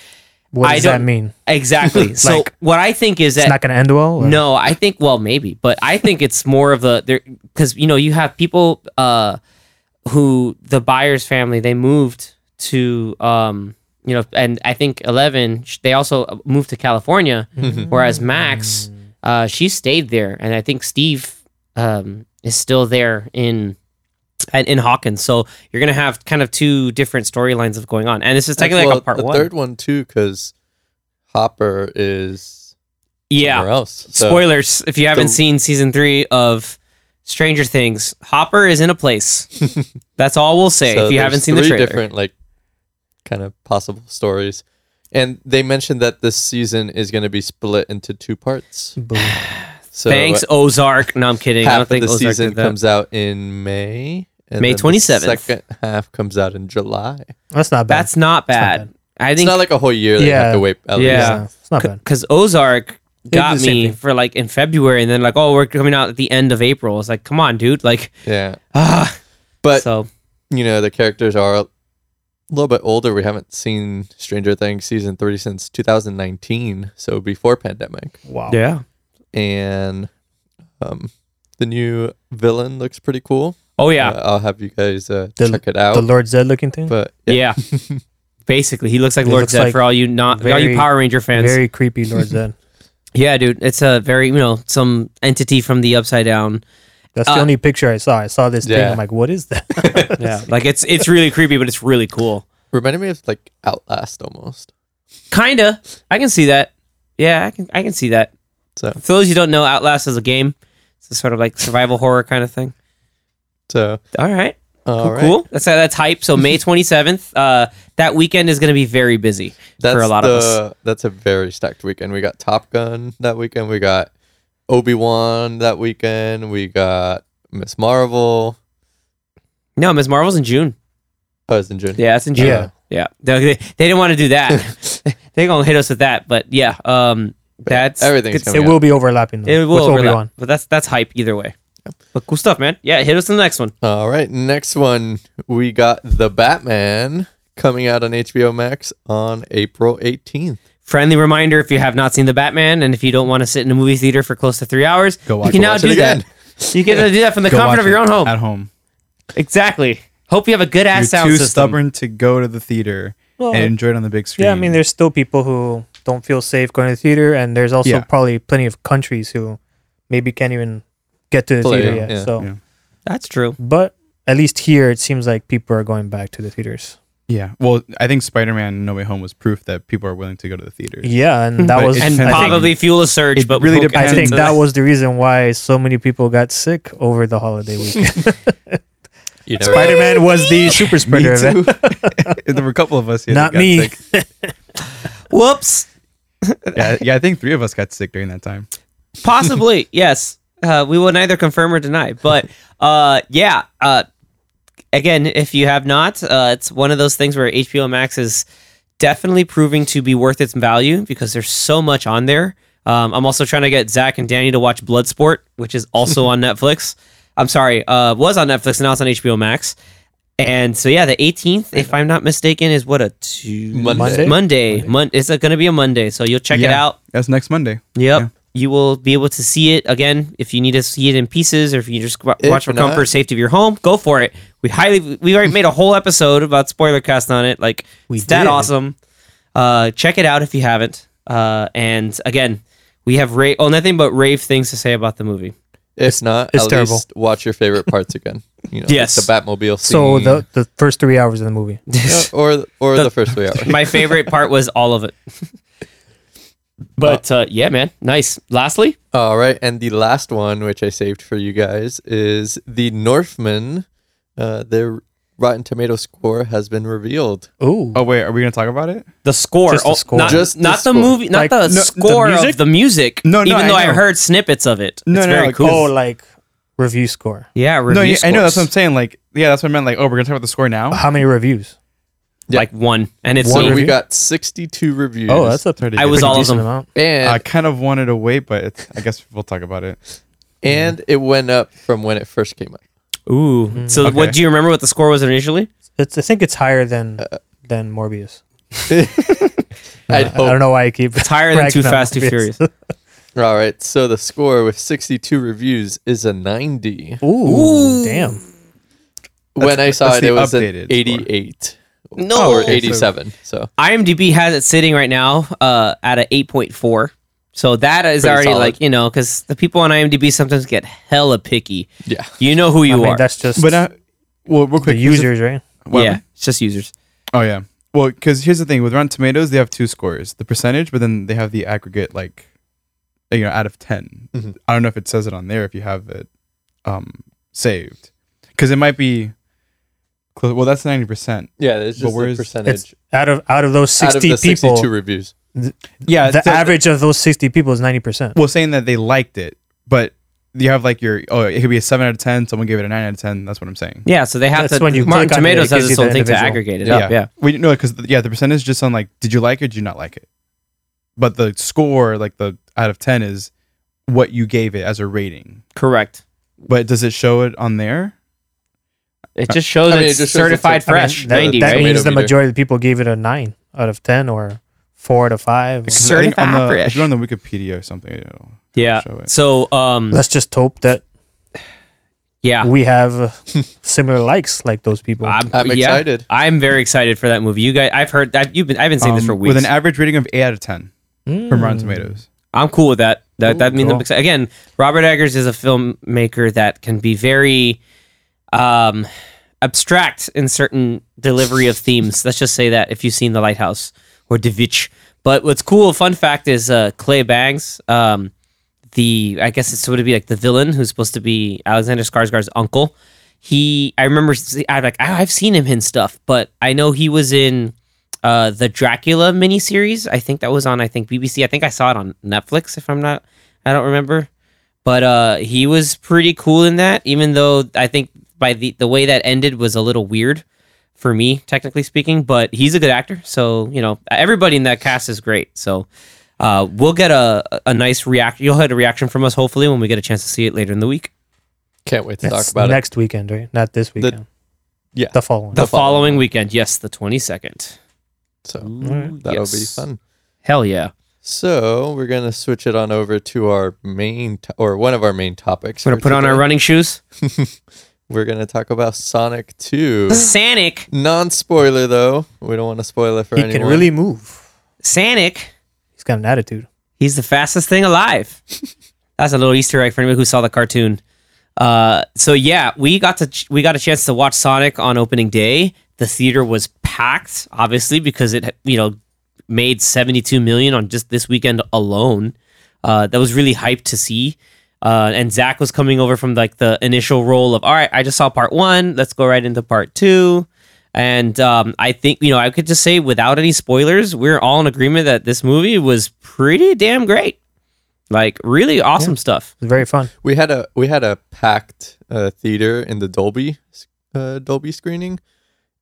What
I
does that
don't-
mean?
exactly. so
Like-
what I think is that
It's not going to end well. or-
no, I think well maybe, but I think it's more of a there because you know you have people uh who the buyer's family they moved to um you know and I think Eleven sh- they also uh, moved to California,
Mm-hmm.
whereas Max uh she stayed there and I think Steve um is still there in. And in Hawkins, so you're gonna have kind of two different storylines of going on, and this is technically like
Well,
a part
the
one.
third one, too, because Hopper is
yeah,
somewhere else. So-
Spoilers if you haven't
the-
seen season three of Stranger Things, Hopper is in a place. That's all we'll say
So
if you
there's
haven't seen the
three
trailer.
different like kind of possible stories, and they mentioned that this season is going to be split into two parts. So
Thanks,
uh,
Ozark. No, I'm kidding. I
half
don't think
of the
Ozark
season
did that.
comes out in May. And
May
then the
27th.
Second half comes out in July.
that's not bad.
That's not bad. I
It's
think
not like a whole year. They
Yeah.
have to wait. At
Yeah.
least.
yeah, it's not bad.
because Ozark
do
got
the same
me
thing.
for like in February, and then like, oh, we're coming out at the end of April. It's like, come on, dude. Like,
yeah.
ah.
But
so
you know the characters are a little bit older. We haven't seen Stranger Things season three since 2019, so before pandemic.
Wow.
yeah.
and um, the new villain looks pretty cool.
Oh yeah.
Uh, I'll have you guys uh,
The-
check it out.
The Lord Zed looking thing.
but yeah,
yeah. Basically, he looks like
He
Lord
looks
Zed
like
for all you not for all you
very-
Power Ranger fans.
Very creepy Lord Zed.
Yeah, dude, it's a very you know some entity from the upside down.
That's
Uh,
the only picture I saw. I saw this thing.
Yeah.
I'm like, what is that?
Yeah, like it's it's really creepy, but it's really cool.
reminded me of like Outlast almost.
Kinda, I can see that. Yeah, I can I can see that.
So
For those you don't know, Outlast is a game. It's a sort of like survival horror kind of thing.
so
All right,
all
cool.
right.
cool. That's uh, that's hype. So May twenty seventh, uh, that weekend is going to be very busy
That's
for a lot
the,
of us.
That's a very stacked weekend. We got Top Gun that weekend. We got Obi Wan that weekend. We got Miss Marvel.
No, Ms. Marvel's in June.
Oh, it's in June.
Yeah, it's in June.
Yeah.
Yeah, They, they, they didn't want to do that. they gonna hit us with that, but yeah, um, that's
everything's
it
coming.
will be overlapping. Though,
It will
with
overlap,
Obi-Wan.
but that's that's hype either way. But cool stuff, man. Yeah, hit us in the next one.
All right, next one we got the Batman coming out on HBO Max on April 18th.
Friendly reminder: if you have not seen the Batman, and if you don't want to sit in a movie theater for close to three hours,
Go watch
you can
it.
now
Watch it
do that.
again.
You get to do that from the
Go
comfort
watch
of your
it
own home.
At home.
Exactly. Hope you have a good ass
You're
sound
too
system.
stubborn to go to the theater
Well,
and enjoy it on the big screen.
Yeah, I mean, there's still people who don't feel safe going to the theater, and there's also
Yeah.
probably plenty of countries who maybe can't even get to the
Play,
theater
yeah,
yet.
yeah,
so,
yeah.
That's true.
but at least here, it seems like people are going back to the theaters.
Yeah. Well, I think Spider-Man No Way Home was proof that people are willing to go to the theaters.
Yeah, and that
But
was
it
And
depends
I
on-
think,
probably fuel a surge,
It
but
really
we'll get
depends
I
on
think
into
that was the reason why so many people got sick over the holiday weekend.
You never-
Spider Man was the super
Me
spreader event.
too. there were a couple of us here. that
Not
got
me.
sick.
Whoops.
Yeah, yeah, I think three of us got sick during that time.
Possibly, yes. Uh, we will neither confirm or deny. But uh, yeah, uh, again, if you have not, uh, it's one of those things where HBO Max is definitely proving to be worth its value because there's so much on there. Um, I'm also trying to get Zach and Danny to watch Bloodsport, which is also on Netflix. I'm sorry, uh, was on Netflix, now it's on HBO Max. And so yeah, the 18th, if I'm not mistaken, is what a two Monday.
Monday.
Monday. Mon- it's going to be a Monday, so you'll check it
Yeah.
out.
That's next Monday.
Yep.
Yeah.
You will be able to see it again if you need to see it in pieces, or if you just wa-
If
watch for
not-
comfort, safety of your home. Go for it. We highly we already made a whole episode about spoiler cast on it. Like
We
it's that
did.
awesome. Uh, check it out if you haven't. Uh, and again, we have ra- oh nothing but rave things to say about the movie.
If not,
it's
at
terrible.
least watch your favorite parts again. You know,
Yes.
like the Batmobile scene.
So the the first three hours of the movie.
Yeah, or or the, first three hours.
My favorite part was all of it. but uh, yeah, man, nice. Lastly,
All right, and the last one, which I saved for you guys, is the Northman. Uh, their Rotten Tomato score has been revealed.
Ooh,
Oh wait, are we gonna talk about it?
the score,
Just the
oh,
score.
not,
Just the
not the
score.
movie, not
Like,
the
no, the
score
music?
of the music.
No, no,
even
I
though I,
know.
heard snippets of it.
No,
it's
no,
very
like,
cool.
oh, like review score.
Yeah, review
no, yeah, I know that's what I'm
scores.
saying. Like, yeah, that's what I meant. Like, oh, we're gonna talk about the score now.
How many reviews?
Yeah.
Like one, and it's
One
me.
So we
review?
got 62 reviews.
Oh, that's a
Pretty
I was
good.
all of
decent
them.
amount.
and
I kind of wanted to wait, but it's, I guess we'll talk about it.
and it went up from when it first came out.
Ooh. So what
Okay.
do you remember what the score was initially?
It's, I think it's higher than than Morbius.
Uh,
Uh,
I'd
I don't
hope.
know why I keep.
It's higher than Too Fast, Too Furious.
All right, so the score with 62 reviews is a 90.
Ooh, damn.
when I saw
that's
it,
the
it was
updated
an
score.
88
No.
or 87. So
Oh, IMDb has it sitting right now uh, at a 8.4. So that is
Pretty
already
solid.
like you know because the people on IMDb sometimes get hella picky.
yeah,
You know who
I
you
mean,
are.
that's just
But uh, well, real
the
quick, here's the-
users, right?
what-
yeah, it's just users.
Oh yeah. Well, because here's the thing with Rotten Tomatoes, they have two scores: the percentage, but then they have the aggregate, like you know, out of 10
Mhm.
I don't know if it says it on there if you have it um saved, because it might be. Close, well, that's ninety percent.
yeah. It's
But
just the
where's-
percentage
Out of out of those
out of
sixty
the 62
people,
reviews.
Yeah,
the
so-
average of those sixty people is ninety percent.
Well, saying that they liked it, but you have like your oh, it could be a seven out of ten. Someone gave it a nine out of ten. That's what I'm saying.
Yeah, so they have
That's
to.
when you
Martin
click on it, it
Tomatoes
gives
has
you
its
the
own thing to
individual.
aggregate it up. Yeah.
We no, because yeah, the percentage is just on like, did you like it? Did you not like it? But the score, like the out of ten, is what you gave it as a rating.
correct.
But does it show it on there?
It just shows
I mean, it
it's
just shows it's
certified
a- I mean,
fresh.
That,
90,
that
right?
means
Tomato
the
meter.
majority of the people gave it a nine out of ten, or four out of five. or-
'Cause I think on the,
Certified
if you're on the Wikipedia or something, it'll
yeah.
show it.
So um,
Let's just hope that
yeah.
we have uh, similar likes like those people.
I'm,
I'm
yeah,
excited.
I'm very excited for that movie. You guys, I've heard that you've been. I've been saying this
Um,
for weeks.
With an average rating of eight out of ten from Rotten
Mm.
Tomatoes.
I'm cool with that. That that
Ooh,
means I'm
cool.
excited. Again, Robert Eggers is a filmmaker that can be very um, abstract in certain delivery of themes. Let's just say that if you've seen The Lighthouse or Divich. But what's cool, fun fact is uh, Clay Bangs, um, the I guess it's sort of be like the villain who's supposed to be Alexander Skarsgård's uncle. He, I remember, se- I like I- I've seen him in stuff, but I know he was in uh, the Dracula miniseries. I think that was on I think BBC. I think I saw it on Netflix. If I'm not, I don't remember. But uh, he was pretty cool in that, even though I think by the the way that ended was a little weird for me, technically speaking. But he's a good actor, so you know everybody in that cast is great. So uh, we'll get a a nice react. You'll get a reaction from us hopefully when we get a chance to see it later in the week.
Can't wait to
It's
talk about
next weekend, right? Not this weekend.
yeah.
the following.
The,
The
following,
following
weekend, yes, the twenty second.
it. So
Alright.
that'll be
Yes.
fun.
Hell yeah!
So we're gonna switch it on over to our main to- or one of our main topics.
We're gonna
for
put on our
today.
running shoes.
We're gonna talk about Sonic Two.
Sanic,
Non spoiler though. We don't want to spoil it for
he
anyone.
can really move.
Sanic.
He's got an attitude.
He's the fastest thing alive. That's a little Easter egg for anybody who saw the cartoon. Uh, so yeah, we got to ch- we got a chance to watch Sonic on opening day. The theater was packed, obviously, because it you know made seventy two million on just this weekend alone. Uh, that was really hyped to see. Uh, and Zach was coming over from like the initial role of all right, I just saw part one. Let's go right into part two. And um, I think you know I could just say without any spoilers, we're all in agreement that this movie was pretty damn great. Like really awesome stuff.
It's very fun.
we had a we had a packed uh, theater in the Dolby uh, Dolby screening,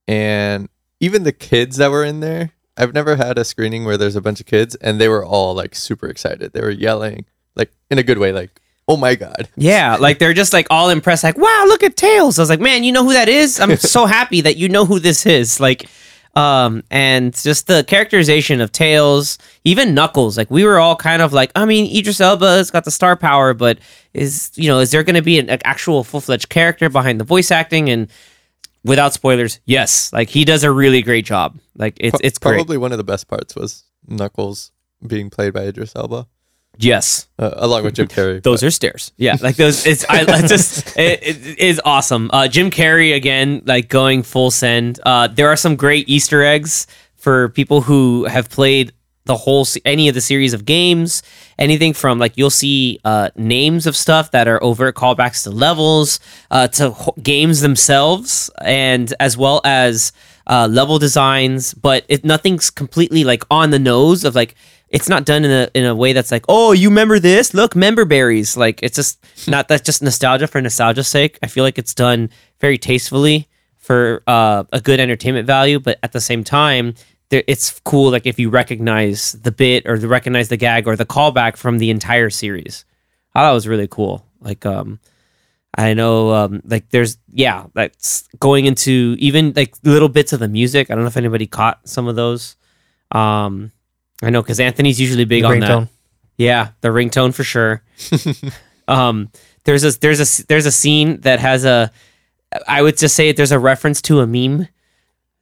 and even the kids that were in there. I've never had a screening where there's a bunch of kids, and they were all like super excited. They were yelling like in a good way, like "Oh my god!"
Yeah, like they're just like all impressed, like, wow, look at Tails. I was like, man, you know who that is? I'm so happy that you know who this is. Like, um, and just the characterization of Tails, even Knuckles, like we were all kind of like, I mean, Idris Elba's got the star power, but is you know, is there gonna be an, an actual full fledged character behind the voice acting? And without spoilers, yes. Like he does a really great job. Like it's
Pro-
it's great.
probably one of the best parts was Knuckles being played by Idris Elba,
Yes.
uh, along with Jim Carrey.
Those are stairs. Yeah, like those. It's I it's just it, it is awesome. Uh, Jim Carrey again, like going full send. Uh, there are some great Easter eggs for people who have played the whole se- any of the series of games. Anything from like you'll see uh, names of stuff that are overt callbacks to levels, uh, to wh- games themselves, and as well as uh, level designs, but it nothing's completely like on the nose of like it's not done in a in a way that's like oh you remember this look member berries like it's just not that's just nostalgia for nostalgia's sake. I feel like it's done very tastefully for uh, a good entertainment value, but at the same time. There, it's cool, like if you recognize the bit or the, recognize the gag or the callback from the entire series. I thought it was really cool. Like, um, I know, um, like there's, yeah, that's going into even like little bits of the music. I don't know if anybody caught some of those. Um, I know because Anthony's usually big on that.
Ringtone.
Yeah, the ringtone for sure. um, there's a there's a there's a scene that has a, I would just say there's a reference to a meme.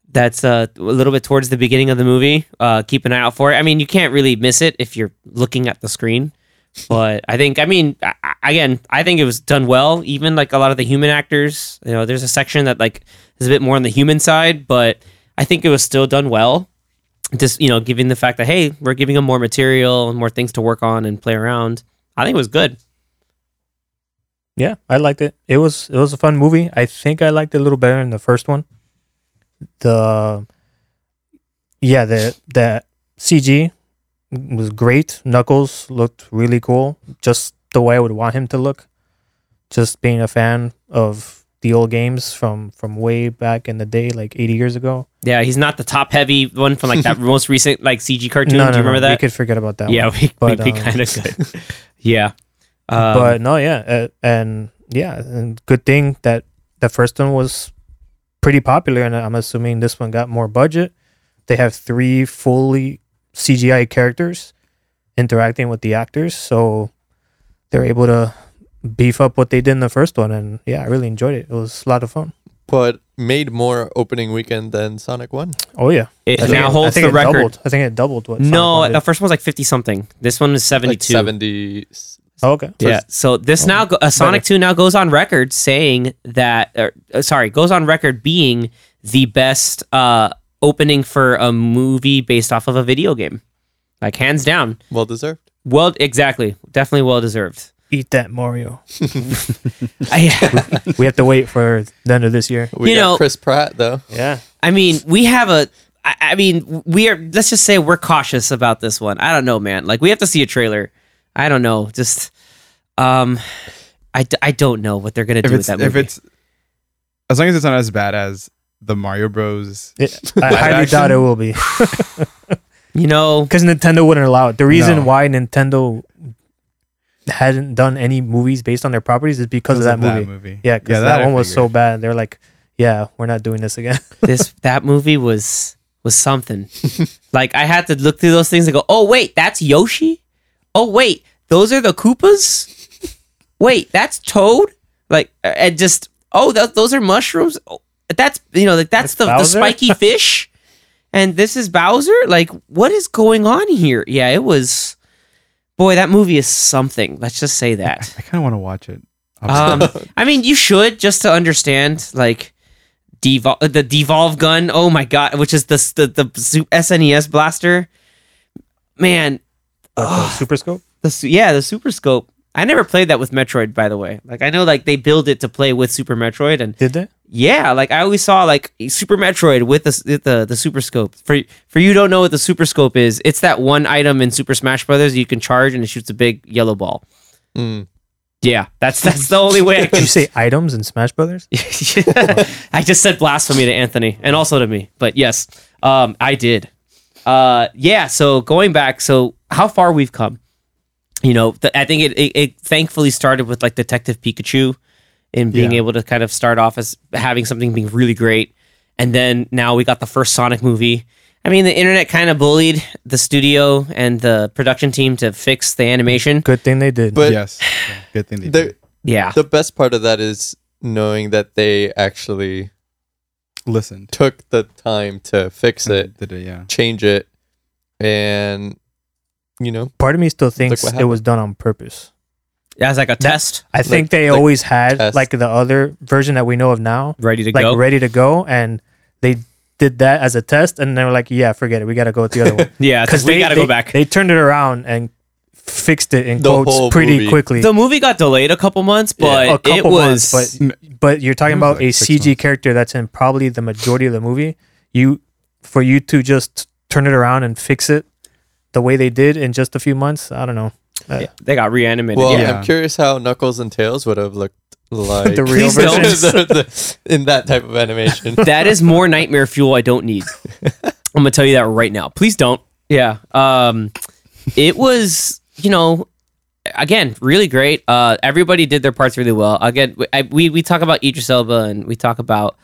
That's uh, a little bit towards the beginning of the movie. Uh, keep an eye out for it. I mean, you can't really miss it if you're looking at the screen. But I think, I mean, I, I- again, I think it was done well. Even like a lot of the human actors, you know, there's a section that like is a bit more on the human side, but I think it was still done well just you know giving the fact that hey we're giving them more material and more things to work on and play around i think it was good
Yeah, I liked it. It was it was a fun movie. I think I liked it a little better than the first one. The yeah, the the CG was great. Knuckles looked really cool, just the way I would want him to look. Just being a fan of the old games from from way back in the day, like 80 years ago.
yeah he's not the top heavy one from like that most recent like cg cartoon do you remember
We
that
could forget about that.
yeah
one.
we,
But,
we,
um,
kind of could yeah um,
but no, yeah, uh, and yeah, and good thing that the first one was pretty popular, and I'm assuming this one got more budget. They have three fully CGI characters interacting with the actors, so they're able to beef up what they did in the first one. And yeah, I really enjoyed it. It was a lot of fun.
but made more opening weekend than Sonic One.
Oh yeah,
it
I think
now
it- I
holds
think
the
it
record
Doubled. I think it doubled what. Sonic
no
one
the
did.
first one was like 50 something this one is 72
Like 70
Oh, okay.
yeah so this now go- uh, sonic 2 now goes on record saying that or, uh, sorry goes on record being the best uh opening for a movie based off of a video game like hands down
well deserved
Well, exactly. Definitely well deserved.
Eat that Mario.
I,
we have to wait for the end of this year.
we
You
got
know-
chris pratt though
Yeah.
I mean, we have a. I, I mean, we are. Let's just say we're cautious about this one. I don't know, man. Like we have to see a trailer. I don't know. Just, um, I, d- I don't know what they're gonna do
If
with
it's
that
if
movie.
it's as long as it's not as bad as the Mario Bros.
It, I highly
action?
doubt it will be.
you know,
because Nintendo wouldn't allow it. The reason
No.
why Nintendo hadn't done any movies based on their properties is because of that movie. Yeah, because that,
I
one was so
figured.
bad. They're like, yeah, we're not doing this again.
this that movie was was something. like I had to look through those things and go, oh wait, that's Yoshi. Oh wait, those are the Koopas. Wait, that's Toad. Like uh, and just oh, th- those are mushrooms. Oh, that's you know like that's,
That's
the, the
Bowser?
spiky fish. and this is Bowser? Like, what is going on here? Yeah, it was. Boy, that movie is something. Let's just say that.
I kind of want to watch it.
Um, I mean, you should just to understand, like devol- uh, the devolve gun. Oh my god, which is the the, the su- SNES blaster. Man,
Uh, Super scope.
the su- yeah, the Super Scope. I never played that with Metroid, by the way. Like I know, like they build it to play with Super Metroid, and
Did they?
yeah, like I always saw like Super Metroid with the with the, the Super Scope. For for you who don't know what the Super Scope is, it's that one item in Super Smash Brothers you can charge and it shoots a big yellow ball.
Mm.
Yeah, that's that's the only way I
Did
can
you say items in Smash Brothers?
I just said blasphemy to Anthony and also to me, but yes, um, I did. Uh, yeah. So going back, so how far we've come, you know, th- I think it, it, it thankfully started with like Detective Pikachu and being
Yeah.
able to kind of start off as having something being really great. And then now we got the first Sonic movie. I mean, the internet kind of bullied the studio and the production team to fix the animation.
Good thing they did.
But
yes, Yeah, good thing they
the
did.
Yeah.
the best part of that is knowing that they actually
listened.
took the time to fix it,
Mm-hmm.
Did it? Yeah.
change it, and you know,
Part of me still thinks
what
it was done on purpose.
As like a test
I think they
like
always had
test.
like the other version that we know of now,
ready to
like
go.
ready to go, and they did that as a test, and they were like, "Yeah, forget it, we got to go with the other one."
yeah. Cause we
they-
got to
they-
go back.
They turned it around and fixed it in
The whole
quotes pretty
movie.
quickly.
The movie got delayed a couple months, but
a couple
it was
months, but but you're talking
It was
about
like
a
six
CG
months.
character that's in probably the majority of the movie. You for you to just turn it around and fix it the way they did in just a few months. I don't know.
they got reanimated.
well,
yeah.
Yeah.
I'm curious how Knuckles and Tails would have looked like
The real
Please don't.
version.
the- the- in that type of animation.
that is more nightmare fuel I don't need. I'm gonna tell you that right now. Please don't. Yeah. Um, it was you know, again really great. Uh, everybody did their parts really well. Again, we- I, we we talk about Idris Elba and we talk about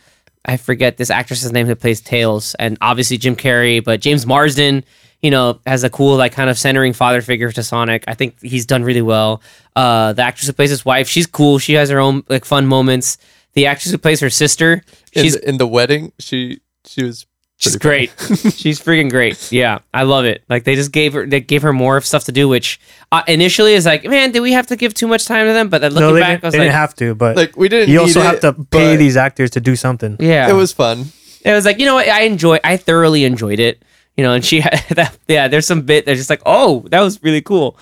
I forget this actress's name that plays Tails and obviously Jim Carrey, but James Marsden. You know, has a cool like kind of centering father figure to Sonic. I think he's done really well. Uh, the actress who plays his wife, she's cool. She has her own like fun moments. The actress who plays her sister,
in,
she's
the, in the wedding, she she was
She's great. She's freaking great. Yeah, I love it. Like they just gave her they gave her more of stuff to do, which uh, initially is like, man, did we have to give too much time to them? But then looking
no, they,
back,
didn't,
I was
they
like,
didn't have to, but
like we didn't.
you
need
also have
it,
to pay
but
these actors to do something.
yeah,
It was fun.
it was like you know what I enjoy. I thoroughly enjoyed it. You know, and she had that. Yeah, there's some bit that's just like, oh, that was really cool.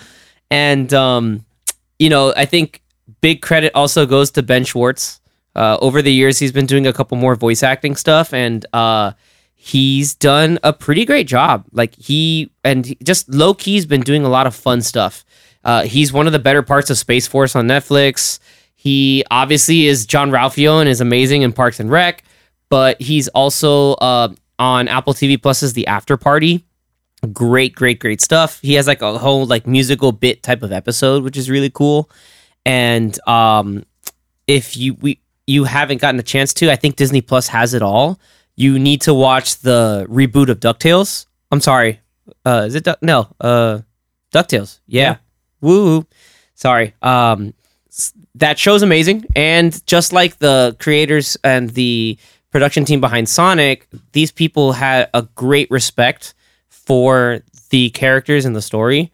And um, you know, I think big credit also goes to Ben Schwartz. Uh, over the years, he's been doing a couple more voice acting stuff, and uh, he's done a pretty great job. Like he and he- just low key's been doing a lot of fun stuff. Uh, he's one of the better parts of Space Force on Netflix. He obviously is John Ralphio and is amazing in Parks and Rec, but he's also uh, on Apple TV Plus's The After Party great great great stuff he has like a whole like musical bit type of episode which is really cool and um if you we you haven't gotten a chance to i think disney plus has it all you need to watch the reboot of ducktales i'm sorry uh is it Duck no uh ducktales yeah, woo sorry um s- that show's amazing and just like the creators and the production team behind sonic these people had a great respect for the characters in the story.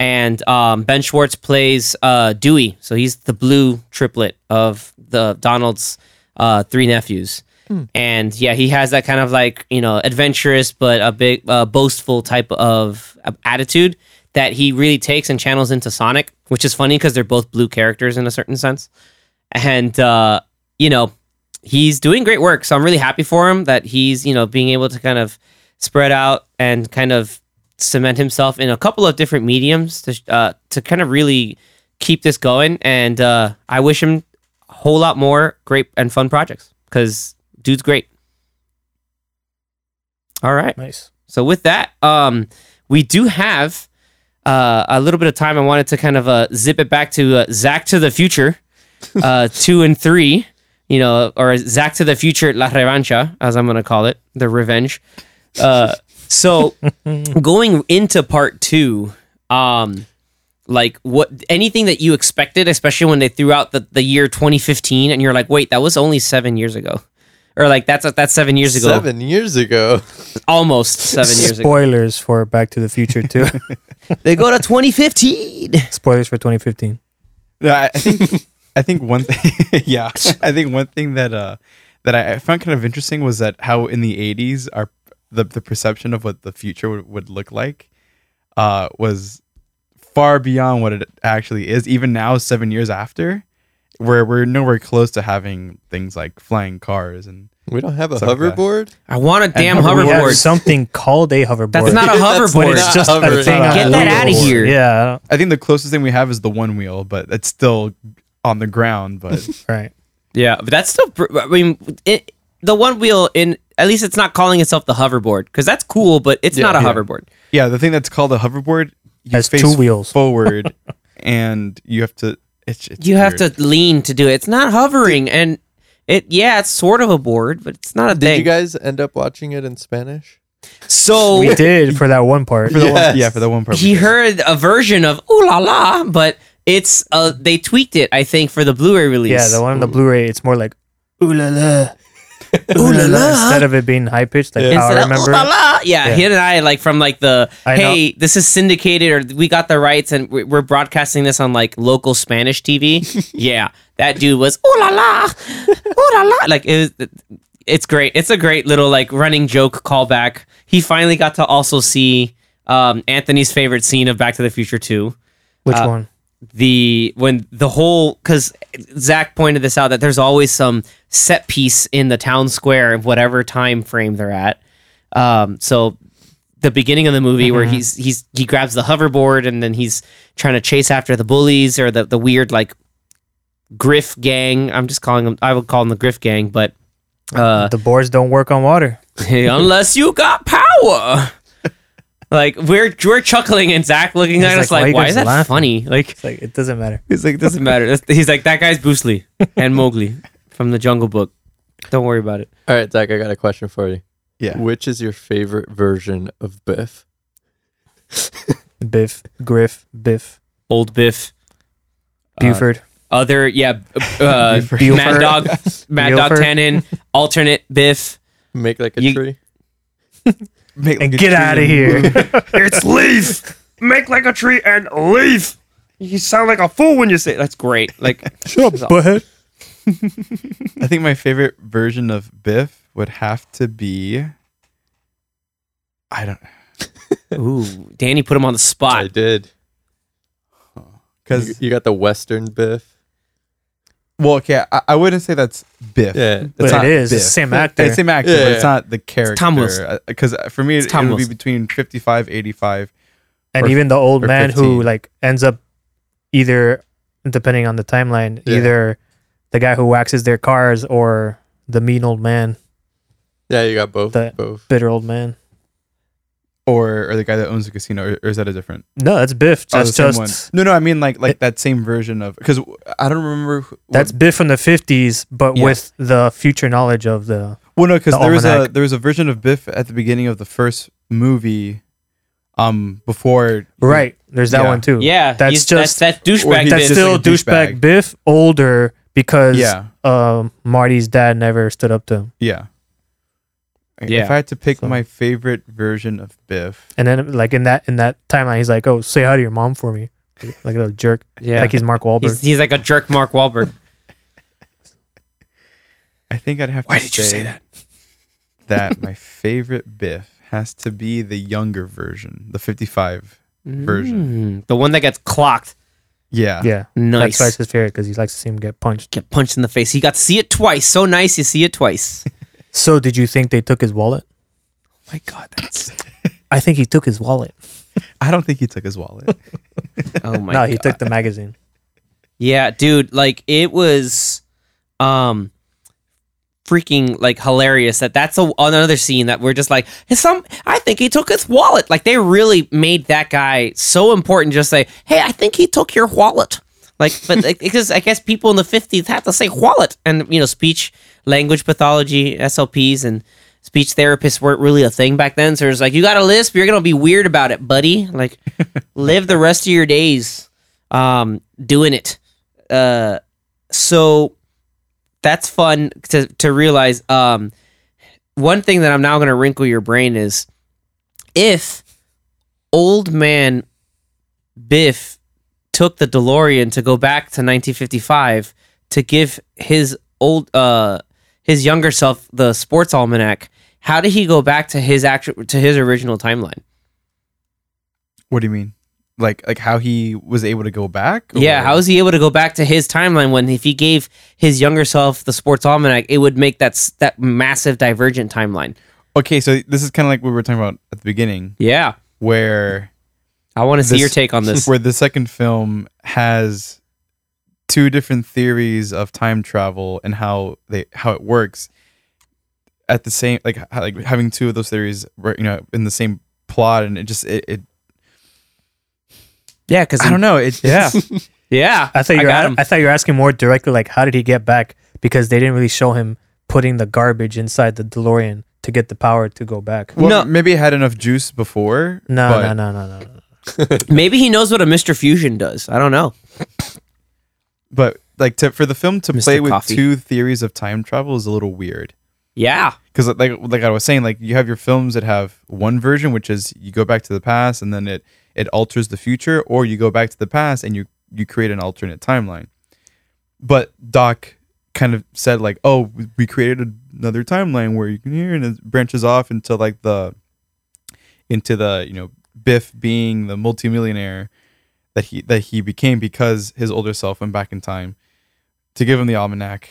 And um, Ben Schwartz plays uh, Dewey, so he's the blue triplet of the Donald's uh, three nephews. And yeah, he has that kind of like you know adventurous but a big uh, boastful type of uh, attitude that he really takes and channels into Sonic, which is funny because they're both blue characters in a certain sense. And uh, you know, he's doing great work. So I'm really happy for him that he's, you know, being able to kind of spread out and kind of cement himself in a couple of different mediums to, uh, to kind of really keep this going. And uh, I wish him a whole lot more great and fun projects because dude's great. All right.
Nice.
So with that, um, we do have uh, a little bit of time. I wanted to kind of uh, zip it back to uh, Zach to the Future, uh, two and three, you know, or Zach to the Future La Revancha, as I'm going to call it, the revenge. Uh, so going into part two, um, like what anything that you expected, especially when they threw out the, the year 2015, and you're like, wait, that was only seven years ago or like that's that's seven years ago,
Seven years ago.
almost seven years ago.
Spoilers for Back to the Future too.
They go to 2015.
Spoilers for 2015.
No, I, I think I think one thing yeah. I think one thing that uh that I I found kind of interesting was that how in the eighties our the, the perception of what the future would, would look like uh was far beyond what it actually is, even now seven years after, where we're nowhere close to having things like flying cars and
We don't have a
Some guy.
hoverboard.
I want a damn
And
We have
hoverboard.
something called a hoverboard.
That's not a
That's
But
hoverboard.
it's
not
just a
hoverboard.
thing. on
Get
a
that
wheel.
outta here.
Yeah.
I think the closest thing we have is the one wheel, but it's still on the ground, but
Right.
yeah, but that's still. pr- I mean, it, the one wheel in at least it's not calling itself the hoverboard because that's cool, but it's not a
yeah.
hoverboard.
Yeah, the thing that's called a hoverboard you
Has two wheels.
forward, and you have to. It's, it's
You have
weird.
to lean to do it. It's not hovering, and it yeah, it's sort of a board, but it's not a
Did
thing.
you guys end up watching it in Spanish?
so
We did for that one part.
for the
Yes.
one, yeah for the one part.
he heard a version of "Ooh La La," but it's uh they tweaked it, I think, for the Blu-ray release.
Yeah, the one on the Blu-ray, it's more like ooh la la, ooh la la, instead of it being high pitched. Like how I
Instead of,
remember.
"Ooh la
it.
la." Yeah,
Yeah.
he and I like from like the
I
hey, this is syndicated or we got the rights and we- we're broadcasting this on like local Spanish TV. yeah, that dude was ooh la la, ooh la la. Like it was, it's great. It's a great little like running joke callback. He finally got to also see um, Anthony's favorite scene of Back to the Future Two
Which one?
the when the whole because Zach pointed this out that there's always some set piece in the town square of whatever time frame they're at. Um, so the beginning of the movie where
Mm-hmm.
he's he's he grabs the hoverboard and then he's trying to chase after the bullies or the the weird like griff gang. I'm just calling them. I would call them the griff gang, but uh,
the boards don't work on water.
unless you got power. Like we're we're chuckling and Zach looking
He's
at us
like, "Why
like,
you
why
guys
is that
laughing?"
funny? Like
It's like it doesn't matter.
He's like, doesn't matter. That's- He's like, that guy's Bruce Lee and Mowgli from the Jungle Book. Don't worry about it.
All right, Zach, I got a question for you.
Yeah.
Which is your favorite version of Biff?
Biff, Griff, Biff,
Old Biff.
Buford.
Other, yeah, uh,
Buford.
Mad Dog, Mad Dog
Buford.
Tannen, alternate Biff.
Make like a
You-
tree.
Make
and
like a
get
tree
out of
and-
here. it's leave. Make like a tree and leave.
You sound like a fool when you say that's great. Like,
Shut up, butthead.
I think my favorite version of Biff would have to be. I don't
ooh, Danny put him on the
I
spot.
did. You,
because
you got the Western Biff.
well okay I, I wouldn't say that's Biff.
Yeah.
It's
But
not
it is. It's the
Biff.
same
It's
actor.
same actor,
Yeah,
but it's
yeah.
not the character.
Tomless.
Because for me, it, it would
Tomless.
be between 55, 85.
and
or-
even the old
or
man who
15.
like ends up either depending on the timeline
Yeah.
either the guy who waxes their cars or the mean old man
Yeah, you got both.
That-
both.
bitter old man
or or the guy that owns the casino, or, or is that a different?
no that's biff
Oh,
that's
the
just
same one. No, no, I mean like like that same version of because I don't remember. Who,
that's biff from the 50s but
Yeah.
with the future knowledge of the
well, no, because
the
there was a
almanac.
there was a version of Biff at the beginning of the first movie, um, before
right there's that
Yeah.
one too
Yeah,
That's
he's-
just-
that, that
Or
douchebag
he
that's
Biff.
just
still
like a
douchebag
douchebag.
biff older because
Yeah.
um marty's dad never stood up to him
Yeah.
Yeah.
If I had to pick
So-
my favorite version of Biff,
and then like in that in that timeline he's like oh say hi to your mom for me like a little jerk
Yeah,
like he's mark Wahlberg.
he's, he's like a jerk, Mark Wahlberg.
I think I'd have. Why to did you say that? That my favorite Biff has to be the younger version, the fifty-five version.
Mm, the one that gets clocked.
Yeah.
Yeah,
Nice.
That's why it's his favorite because he likes to see him get punched.
Get punched in the face. He got to see it twice. So nice, you see it twice.
So, did you think they took his wallet?
Oh my God, that's
I think he took his wallet.
I don't think he took his wallet.
oh my.
no,
God.
he took the magazine.
Yeah, dude, like it was um freaking like hilarious that that's a, another scene that we're just like "Hey, some I think he took his wallet. Like they really made that guy so important just say, "Hey, I think he took your wallet." Like but like, because I guess people in the 50s had to say wallet and you know speech language pathology SLPs and speech therapists weren't really a thing back then. So it's like you got a lisp, you're going to be weird about it, buddy. Like live the rest of your days um doing it. Uh so that's fun to to realize. Um, one thing that I'm now going to wrinkle your brain is if old man Biff took the DeLorean to go back to 1955 to give his old uh his younger self the sports almanac. How did he go back to his actual to his original timeline?
What do you mean? Like like how he was able to go back?
Yeah,
Or-
how is he able to go back to his timeline when if he gave his younger self the sports almanac, it would make that s- that massive divergent timeline.
Okay, so this is kind of like what we were talking about at the beginning,
Yeah,
where
I want to see
This-
your take on this.
where the second film has two different theories of time travel and how they how it works at the same like ha- like having two of those theories right, you know in the same plot and it just it, it
Yeah, because
I don't know it yeah
Yeah,
I thought you
I
were
got
a-
him.
I thought you were asking more directly, like how did he get back? Because they didn't really show him putting the garbage inside the DeLorean to get the power to go back.
well,
No.
maybe it had enough juice before
No,
but
no, no, no, no, no.
Maybe he knows what a Mister Fusion does. I don't know.
but like to for the film to
Mr.
play with
Coffee.
two theories of time travel is a little weird
Yeah,
because like like I was saying, like you have your films that have one version, which is you go back to the past and then it it alters the future, or you go back to the past and you you create an alternate timeline. But Doc kind of said like, oh, we created another timeline where you can hear and it branches off into like the into the you know Biff being the multimillionaire that he that he became because his older self went back in time to give him the almanac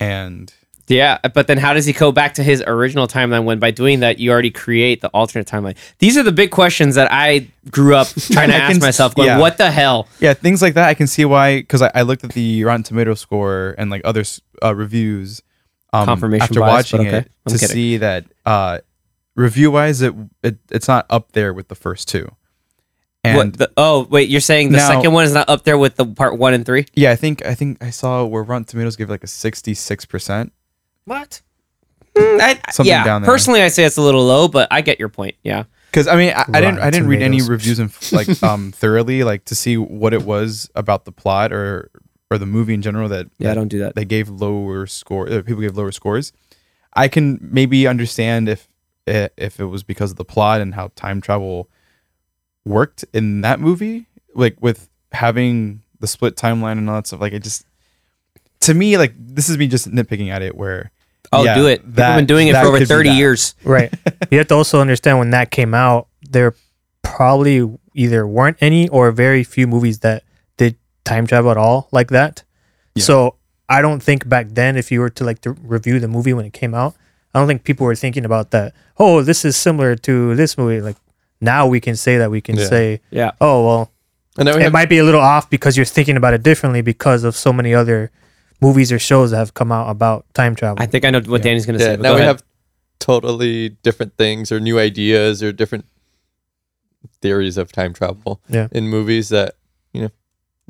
and
yeah. But then, how does he go back to his original timeline when, by doing that, you already create the alternate timeline? These are the big questions that I grew up trying to
I
ask
can-
myself. Going,
yeah.
what the hell?
Yeah, things like that. I can see why because I, I looked at the Rotten Tomato score and like other s- uh, reviews um,
Confirmation
after
bias, but
watching
okay.
it
I'm
to
kidding.
see that uh, review wise it, it it's not up there with the first two. And
what the, oh wait, you're saying the
Now-
second one is not up there with the part one and three?
yeah, I think I think I saw where Rotten Tomatoes gave like a sixty six percent.
What? Mm, I, I-
Something
yeah,
down there.
personally, I say it's a little low, but I get your point. Yeah,
Because I mean, I, I didn't I
Rotten
didn't read any
Tomatoes.
reviews and like um thoroughly like to see what it was about the plot or or the movie in general that
yeah,
that
don't do that.
they gave lower score uh, people gave lower scores i can maybe understand if i- if it was because of the plot and how time travel worked in that movie like with having the split timeline and all that stuff like it just to me like this is me just nitpicking at it where
Oh,
yeah,
do it. People have been doing it
that
for over
could be
30
that.
years.
Right. you have to also understand when that came out, there probably either weren't any or very few movies that did time travel at all like that. So I don't think back then, if you were to like to review the movie when it came out, I don't think people were thinking about that. Oh, this is similar to this movie. Like now we can say that we can
Yeah.
say,
Yeah.
oh well,
And now we
it
have
might be a little off because you're thinking about it differently because of so many other movies or shows that have come out about time travel.
I think I know what Danny's going to
yeah,
say. but
now
go
we
ahead.
have totally different things or new ideas or different theories of time travel
Yeah.
in movies that you know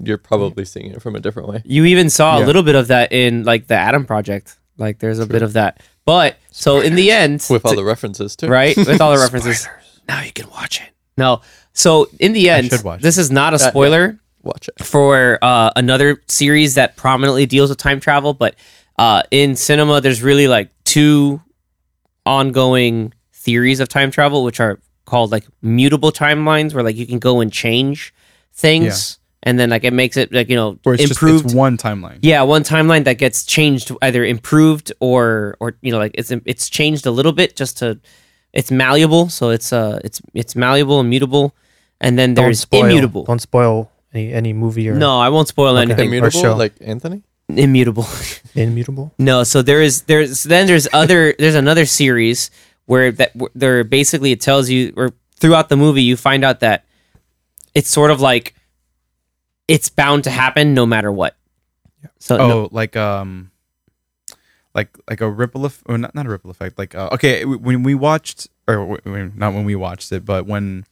you're probably seeing it from a different way.
You even saw a
Yeah.
little bit of that in like the Atom Project. Like there's a bit of that. But so in the end,
With all the references too.
right? With all the references. Now you can watch it. No. So in the end,
should watch
this is not a
yeah.
spoiler
Watch it.
for uh, another series that prominently deals with time travel, but uh, in cinema, there's really like two ongoing theories of time travel, which are called like mutable timelines, where like you can go and change things, and then like it makes it like you know
where it's
improved.
just it's one timeline
Yeah, one timeline that gets changed, either improved or or you know like it's it's changed a little bit just to it's malleable, so it's uh it's it's malleable and mutable, and then
Don't
there's
spoil-
immutable.
Don't spoil any any movie or
No, I won't spoil anything.
show.
Immutable, like Anthony.
Immutable.
immutable.
No, so there is there's then there's other there's another series where that where there basically it tells you or throughout the movie you find out that it's sort of like it's bound to happen no matter what. So
oh
no,
like um like like a ripple effect or not, not a ripple effect like uh, okay w- when we watched or w- w- not when we watched it but when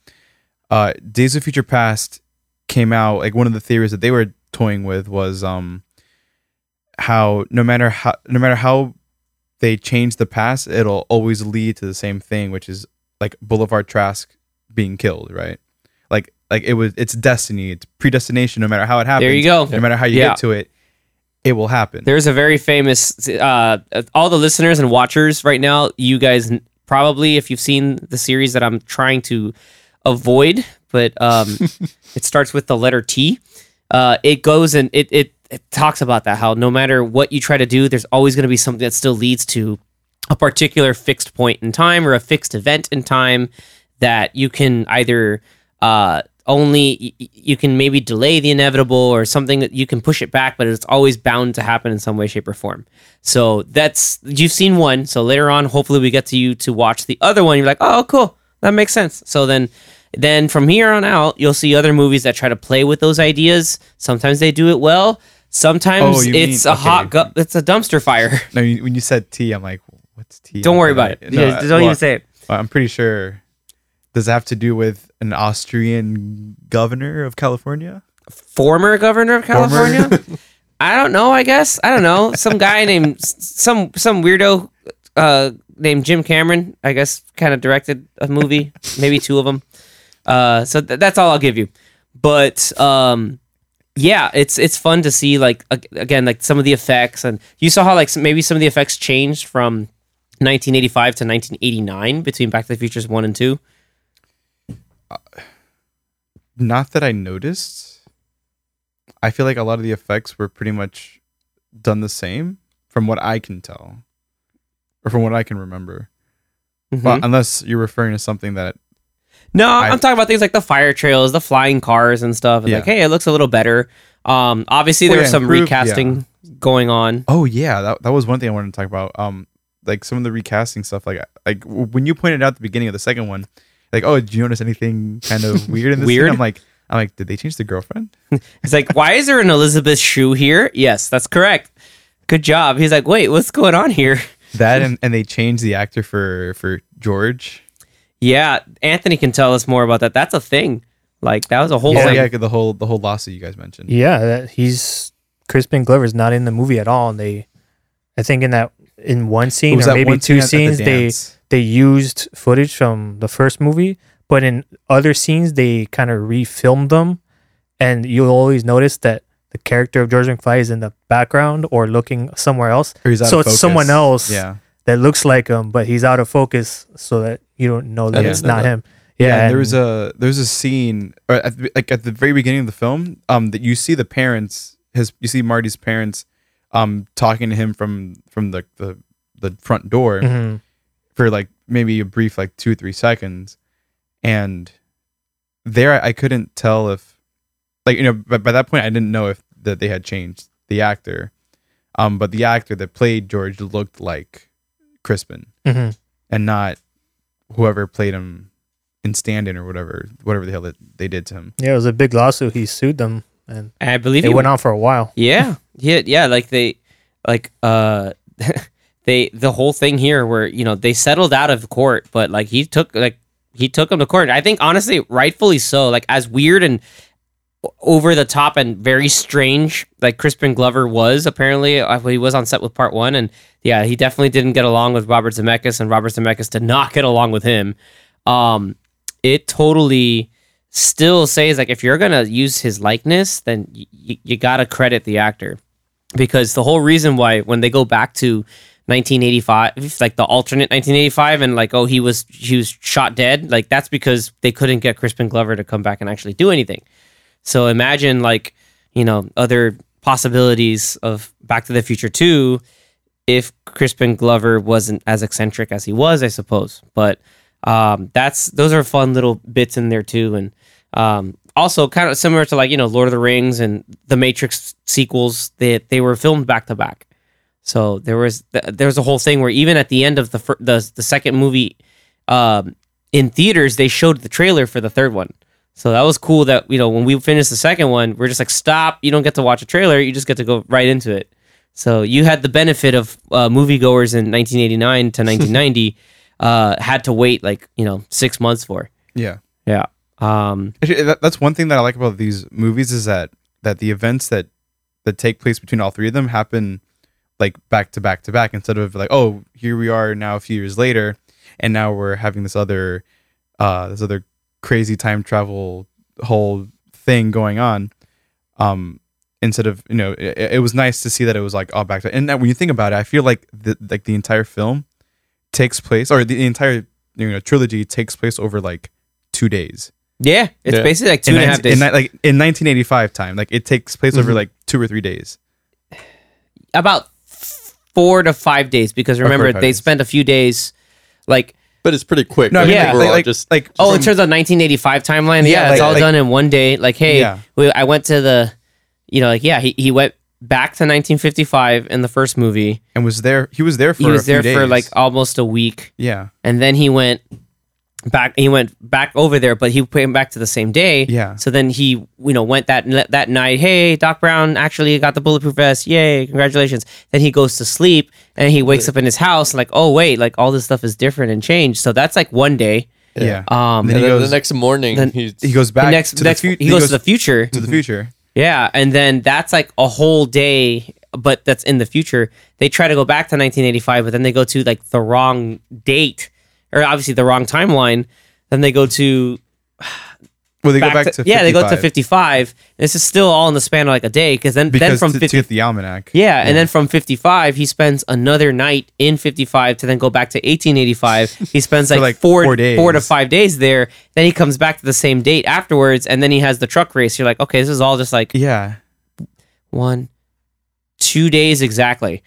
uh days of future past came out like one of the theories that they were toying with was um how no matter how no matter how they change the past it'll always lead to the same thing which is like boulevard trask being killed right like like it was it's destiny it's predestination no matter how it happens
there you go.
no matter how you
Yeah.
get to it it will happen.
There's a very famous. Uh, all the listeners and watchers right now, you guys n- probably, if you've seen the series that I'm trying to avoid, but um, it starts with the letter T. Uh, it goes and it, it it talks about that how no matter what you try to do, there's always going to be something that still leads to a particular fixed point in time or a fixed event in time that you can either uh, only y- you can maybe delay the inevitable or something that you can push it back, but it's always bound to happen in some way, shape, or form. So that's you've seen one. So later on, hopefully, we get to you to watch the other one. You're like, oh, cool, that makes sense. So then. Then from here on out, you'll see other movies that try to play with those ideas. Sometimes they do it well. Sometimes
Oh, you mean-
it's a hot,
okay.
gu- it's a dumpster fire.
No, you, when you said T, I'm like, what's T?
Don't worry about it.
No,
Yeah, don't
well,
even say it.
I'm pretty sure. Does it have to do with an Austrian governor of California?
former governor of California. I don't know. I guess I don't know. Some guy named s- some some weirdo uh, named Jim Cameron. I guess kind of directed a movie, maybe two of them. Uh, so th- that's all I'll give you. But um, yeah, it's it's fun to see like ag- again like some of the effects, and you saw how like some, maybe some of the effects changed from 1985 to 1989 between Back to the Futures one and two.
Not that I noticed. I feel like a lot of the effects were pretty much done the same, from what I can tell, or from what I can remember. Well,
Hmm?
unless you're referring to something that
No, I,
I-
am talking about things like the fire trails, the flying cars and stuff. It's
Yeah.
Like, hey, it looks a little better. Um, obviously
Well,
there
yeah,
was some
improved, yeah.
recasting going on.
Oh yeah, that, that was one thing I wanted to talk about. Um, like some of the recasting stuff. Like like w- when you pointed out at the beginning of the second one, like oh, did you notice anything kind of weird in this? scene?"
Weird?
I'm like I'm like, did they change the girlfriend?
It's like, why is there an Elizabeth shoe here? Yes, that's correct. Good job. He's like, wait, what's going on here?
That and, and they changed the actor for for George.
Yeah, Anthony can tell us more about that. That's a thing. Like that was a whole
Oh
thing.
yeah, the whole the whole lawsuit you guys mentioned.
Yeah, that, he's Crispin Glover's not in the movie at all, and they, I think in that in one
It
scene
was
or
that
maybe
one
two
scene at- at
scenes
the
they
dance.
they used footage from the first movie, but in other scenes they kind of refilmed them, and you'll always notice that the character of George McFly is in the background or looking somewhere else.
Or he's out
so
of
it's
focus.
someone else
Yeah,
that looks like him, but he's out of focus, so that you don't know that
Yeah.
it's not
Yeah.
him.
yeah.
Yeah,
and there was
and-
a there was a scene, or at the, like at the very beginning of the film, um, that you see the parents, his you see Marty's parents, um, talking to him from from the the, the front door.
Mhm.
for like maybe a brief like two three seconds and there I, I couldn't tell if like you know but by that point i didn't know if that they had changed the actor um but the actor that played george looked like crispin
Mhm.
and not whoever played him in stand-in or whatever whatever the hell that they did to him
yeah, it was a big lawsuit. He sued them, and
I believe
it
he
went on for a while.
Yeah. Yeah, yeah, like they like uh they the whole thing here where, you know, they settled out of court, but like he took like he took him to court. I think honestly, rightfully so. Like as weird and over the top and very strange like Crispin Glover was apparently uh, he was on set with part 1 and yeah, he definitely didn't get along with Robert Zemeckis and Robert Zemeckis did not get along with him. Um it totally still says like if you're gonna use his likeness, then y- y- you gotta credit the actor because the whole reason why when they go back to 1985, like the alternate 1985, and like oh he was he was shot dead, like that's because they couldn't get Crispin Glover to come back and actually do anything. So imagine like you know other possibilities of Back to the Future 2 if Crispin Glover wasn't as eccentric as he was, I suppose. But um, that's those are fun little bits in there too, and um, also kind of similar to like you know Lord of the Rings and the Matrix sequels. They they were filmed back to back, so there was th- there was a whole thing where even at the end of the fir- the the second movie, um, in theaters they showed the trailer for the third one. So that was cool that you know when we finished the second one, we're just like stop. You don't get to watch a trailer. You just get to go right into it. So you had the benefit of uh, moviegoers in 1989 to 1990 uh, had to wait like you know six months for.
yeah
Yeah. Um,
Actually, that, that's one thing that I like about these movies is that that the events that that take place between all three of them happen like back to back to back instead of like oh here we are now a few years later and now we're having this other uh this other crazy time travel whole thing going on um instead of you know it, it was nice to see that it was like all back to and that when you think about it i feel like the like the entire film takes place or the entire you know trilogy takes place over like two days
Yeah, it's
Yeah.
basically like two and a half
in,
days. Mm-hmm.
ni- like in 1985 time like it takes place over like two or three days
About f- four to five days because remember
five
they
days.
spent a few days, like
but it's pretty quick.
no I mean,
Yeah.
like,
we're
like,
all
like,
just
like
oh, in
from-
terms of 1985 timeline, yeah,
Yeah,
it's
like-
all
like-
done in one day. Like, hey,
Yeah.
we, I went to the, you know, like yeah, he, he went back to 1955 in the first movie.
and was there he was there for
he was
a few
there for
days.
like almost a week.
yeah
and then he went back he went back over there but he came back to the same day
Yeah.
so then he you know went that that night hey doc brown actually got the bulletproof vest yay congratulations then he goes to sleep and he wakes up in his house like oh wait like all this stuff is different and changed so that's like one day
yeah,
um
and
Then
then
he goes-
the next morning
then-
he's
he goes
the
back
next,
to
next
the fu-
he goes, to the future
to the future
yeah and then that's like a whole day but that's in the future they try to go back to 1985 but then they go to like the wrong date or obviously the wrong timeline then they go to
well they
back
go back
to-
to,
yeah, they go to
55.
55. This is still all in the span of like a day because then
because
then from
to,
50,
to get the almanac
yeah, and then from 55 he spends another night in 55 to then go back to 1885. He spends like,
like,
four
four days.
four to five days there. Then he comes back to the same date afterwards, and then he has the truck race. You're like, okay, this is all just like
yeah
one, two days exactly.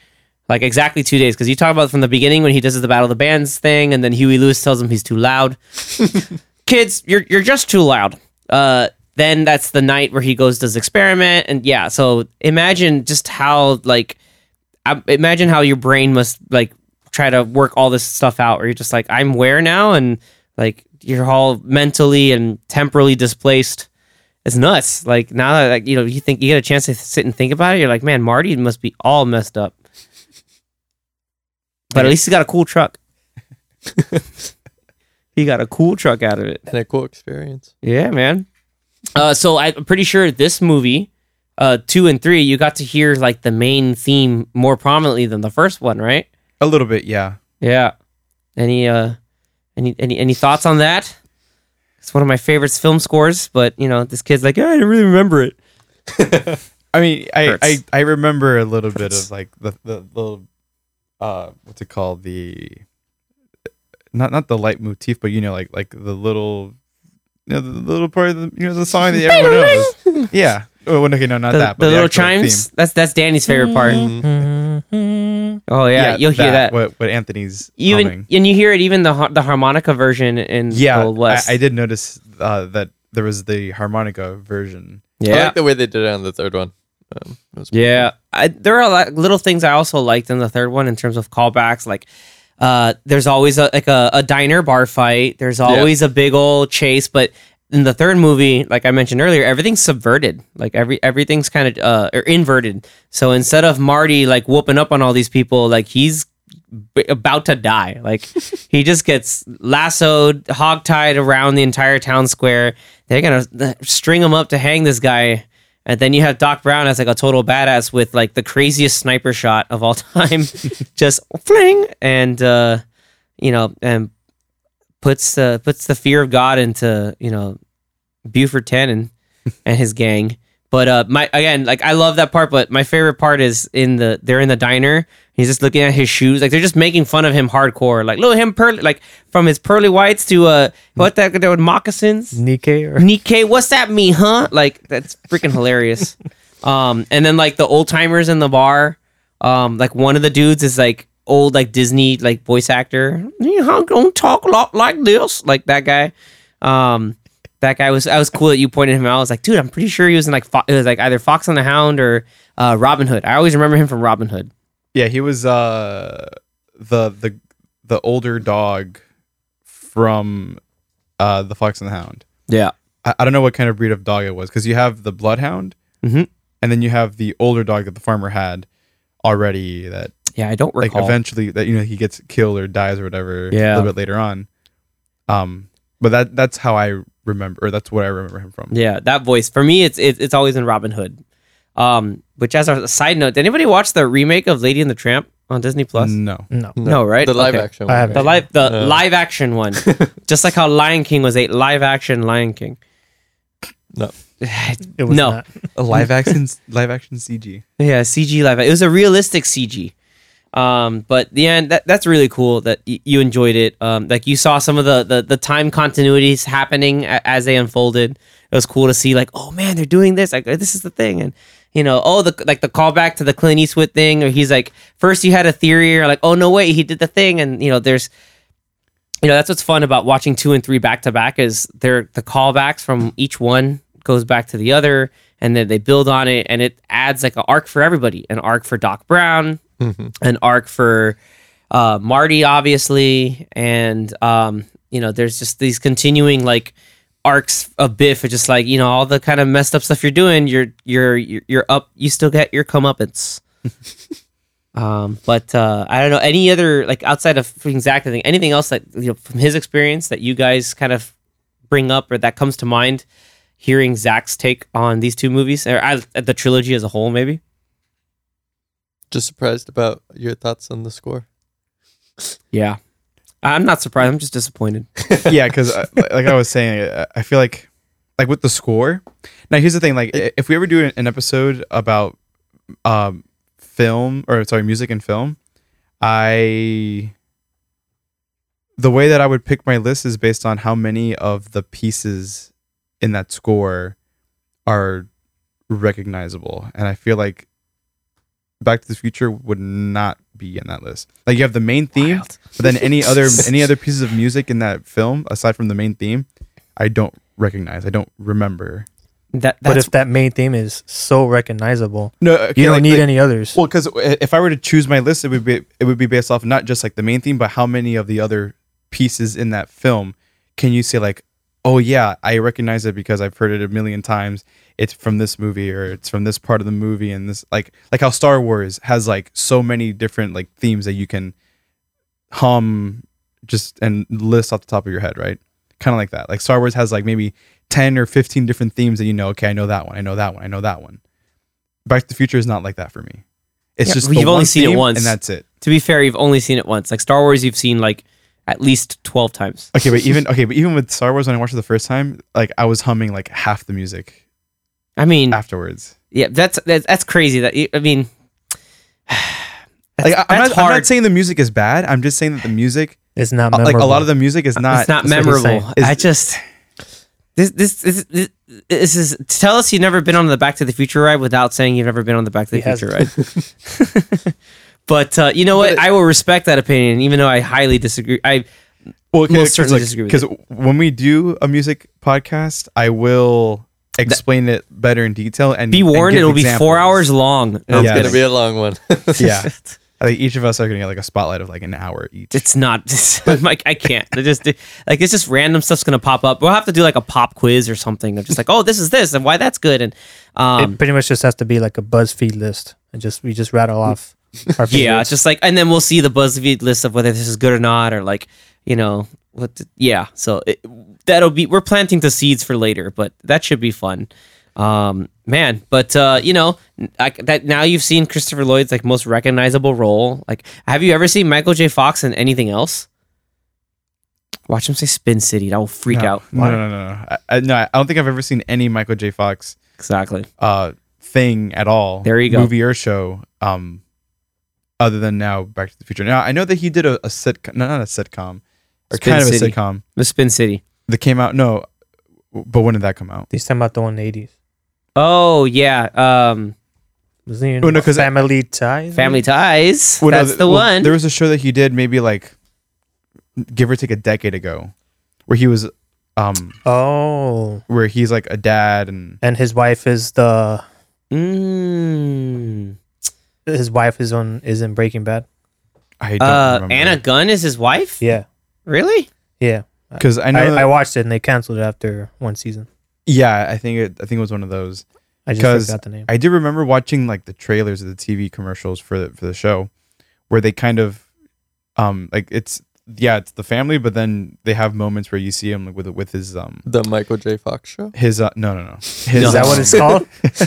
Like exactly two days, because you talk about from the beginning when he does the battle of the bands thing, and then Huey Lewis tells him he's too loud. Kids, you're you're just too loud. Uh, then that's the night where he goes does experiment, and yeah. So imagine just how like, I, imagine how your brain must like try to work all this stuff out, where you're just like, I'm where now, and like you're all mentally and temporally displaced it's nuts. Like now that like, you know, you think you get a chance to sit and think about it, you're like, man, Marty must be all messed up. But at least he got a cool truck. he got a cool truck out of it.
and a cool experience.
Yeah, man. Uh, so I'm pretty sure this movie, uh, two and three, you got to hear like the main theme more prominently than the first one, right?
a little bit yeah
Yeah. Any uh, any any any thoughts on that? It's one of my favorite film scores, but you know, this kid's like, yeah, I didn't really remember it.
I mean, I,
Hurts.
I, I remember a little bit of like the, the little, uh, what's it called? The, not, not the light motif, but you know, like, like the little, you know, the little part of the, you know, the song that everyone knows. Yeah. Oh, well, okay, no, not
the,
that.
the
But
little
actual theme. Mm-hmm.
chimes. That's that's Danny's favorite part. Oh yeah, you'll hear that.
What, what Anthony's
Even
humming.
and you hear it even the har- the harmonica version in
Yeah.
Old West.
I, I did notice uh, that there was the harmonica version.
I
yeah,
like the way they did it on the third one. Um, it was
yeah. I, there are a lot, little things I also liked in the third one in terms of callbacks. Like, uh, there's always a, like a, a diner bar fight. There's always a big old chase, but. In the third movie, like I mentioned earlier, everything's subverted. Like every everything's kind of uh, or inverted. So instead of Marty like whooping up on all these people, like he's b- about to die. Like he just gets lassoed, hogtied around the entire town square. They're gonna uh, string him up to hang this guy, and then you have Doc Brown as like a total badass with like the craziest sniper shot of all time, just fling, and uh, you know, and puts uh, puts the fear of God into you know Buford Tannen and his gang. But uh, my again, like I love that part. But my favorite part is in the they're in the diner. He's just looking at his shoes, like they're just making fun of him hardcore. Like look at him pearly, like from his pearly whites to uh, what that they were moccasins.
Nikkei or
Nikkei, what's that mean, huh? Like that's freaking hilarious. Um, and then like the old timers in the bar, um, like one of the dudes is like old like Disney like voice actor. You know, don't talk a lot like this, like that guy. Um, that guy was I was cool that you pointed him out. I was like, dude, I'm pretty sure he was in like Fo- it was like either Fox on the Hound or uh, Robin Hood. I always remember him from Robin Hood.
Yeah, he was uh the the the older dog from uh the Fox and the Hound.
Yeah.
I, I don't know what kind of breed of dog it was because you have the bloodhound,
Mhm.
and then you have the older dog that the farmer had already. That
Yeah, I don't
like
recall.
eventually that you know he gets killed or dies or whatever.
Yeah.
a little bit later on. Um, but that that's how I remember, or that's what I remember him from.
Yeah, that voice for me, it's it's, it's always in Robin Hood. Um, which as a side note, did anybody watch the remake of Lady and the Tramp on Disney Plus?
No,
no.
No, right?
The live
Okay.
action.
I haven't.
The live the
Uh.
live action one, just like how Lion King was a live action Lion King.
No.
It was
No.
not.
A live action live action CG.
Yeah, CG live. It was a realistic CG. Um, but the end that, that's really cool that y- you enjoyed it. Um, like you saw some of the, the, the time continuities happening a- as they unfolded. It was cool to see like, oh man, they're doing this. Like this is the thing, and you know, oh the like the callback to the Clint Eastwood thing, or he's like, first you had a theory, or like, oh no wait, he did the thing, and you know, there's you know that's what's fun about watching two and three back to back is they're the callbacks from each one goes back to the other and then they build on it and it adds like an arc for everybody an arc for doc brown an arc for uh, marty obviously and um, you know there's just these continuing like arcs of biff are just like you know all the kind of messed up stuff you're doing you're you're you're you're up you still get your comeuppance um, but uh, I don't know any other like outside of freaking Zach. I think anything else that you know from his experience that you guys kind of bring up or that comes to mind, hearing Zach's take on these two movies or I, the trilogy as a whole, maybe.
Just surprised about your thoughts on the score.
Yeah, I'm not surprised. I'm just disappointed.
yeah, because like I was saying, I- I feel like like with the score. Now here's the thing: like i- if we ever do an- an episode about um, film or sorry, music and film, I the way that I would pick my list is based on how many of the pieces in that score are recognizable, and I feel like Back to the Future would not be in that list. Like you have the main theme, but then any other any other pieces of music in that film aside from the main theme, I don't recognize. I don't remember.
That
But
that's
if that main theme is so recognizable,
No,
you don't need any others.
Well, because if I were to choose my list, it would be it would be based off not just like the main theme, but how many of the other pieces in that film can you say like, oh yeah, I recognize it because I've heard it a million times. It's from this movie or it's from this part of the movie and this like like how Star Wars has like so many different like themes that you can hum just and list off the top of your head, right? Kind of like that. Like Star Wars has like maybe ten or fifteen different themes that you know. Okay, I know that one. I know that one. I know that one. Back to the Future is not like that for me. It's
Yeah,
just
but
the
you've only
one
seen it
theme,
once.
and that's it.
to be fair, you've only seen it once. Like Star Wars, you've seen like at least twelve times.
Okay, but even okay, but even with Star Wars, when I watched it the first time, like I was humming like half the music
I mean,
afterwards.
yeah, that's that's, that's crazy. That I mean,
Like I, am
that's
not, I'm
hard.
not saying the music is bad. I'm just saying that the music,
It's not
uh,
memorable.
like a lot of the music, is not.
Uh, it's not
that's what he's
memorable.
saying.
Is-
I just this this this, this this is tell us you've never been on the Back to the Future ride without saying you've never been on the Back to the
He
Future ride. but uh, you know what? I will respect that opinion, even though I highly disagree. I
Well,
Most certainly disagree with
Because when we do a music podcast, I will explain it better in detail and
be
and
warned,
give
it'll be
examples.
four hours long.
It's
Yeah.
gonna be a long one.
yeah, I think each of us are gonna get like a spotlight of like an hour each.
It's not I'm like I can't. They're just like it's just random stuff's gonna pop up. We'll have to do like a pop quiz or something. I'm just like, oh, this is this and why that's good and um,
it pretty much just has to be like a BuzzFeed list, and just we just rattle off. Our
Yeah,
favorites.
it's just like, and then we'll see the BuzzFeed list of whether this is good or not, or like, you know, what? The, yeah, so it, that'll be we're planting the seeds for later, but that should be fun, um, man. But uh, you know, I, that now you've seen Christopher Lloyd's like most recognizable role. Like, have you ever seen Michael J. Fox in anything else? Watch him say Spin City. That will freak
no,
out.
No, no, no, no. no. I, I, no, I don't think I've ever seen any Michael J. Fox
Exactly.
uh thing at all.
There you go.
Movie or show. Um other than now Back to the Future. Now I know that he did a, a sitcom no, not a sitcom. Or
Spin
kind of
City.
a sitcom
The Spin City.
that came out no but when did that come out?
he's talking about the one eighties.
Oh yeah, um,
Wasn't he in
Oh, no, 'cause I-
Family Ties?
Family Ties.
Well, no,
That's
th-
the
well,
one.
There was a show that he did maybe like give or take a decade ago where he was um
Oh,
where he's like a dad and
and his wife is the
Mm.
his wife is on is in Breaking Bad.
I don't
Uh,
remember.
Anna Gunn is his wife.
Yeah,
Really?
yeah.
because I
I,
know
I,
that-
watched it and they canceled it after one season.
yeah, I think it I think it was one of those.
I just
Because
forgot the name.
I do remember watching like the trailers of the TV commercials for the, for the show, where they kind of, um, like it's yeah, it's the family, but then they have moments where you see him with with his um
The Michael J. Fox show.
his uh, no no no his
Is that what
um,
it's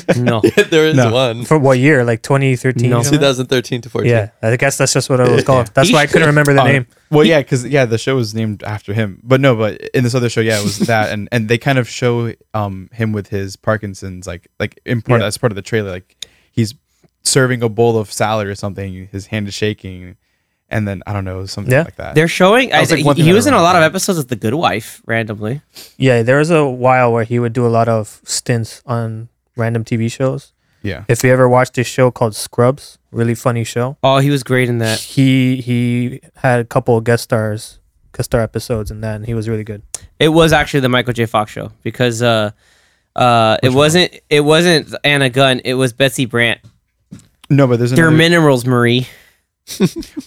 called?
No.
there is
No.
one.
For what year? Like 2013?
No.
or something?
2013 to 14.
Yeah, I guess that's just what it was called. That's why I couldn't remember the
Uh,
name.
Well, yeah, because yeah, the show was named after him. But no, but in this other show, yeah, it was that, and and they kind of show um him with his Parkinson's, like like in part
Yeah.
as part of the trailer, like he's serving a bowl of salad or something, his hand is shaking, and then I don't know something
Yeah.
like that.
They're showing. I,
was, like, one thing
he
I
was in a lot of
remember.
episodes of The Good Wife randomly.
Yeah, there was a while where he would do a lot of stints on random TV shows.
yeah,
If you ever watched this show called Scrubs, really funny show.
Oh, he was great in that.
He he had a couple of guest stars, guest star episodes in that, and he was really good.
It was actually the Michael J. Fox show because uh, uh, it wasn't it wasn't Anna Gunn. It was Betsy Brandt.
no, but there's
Their
another,
minerals, Marie.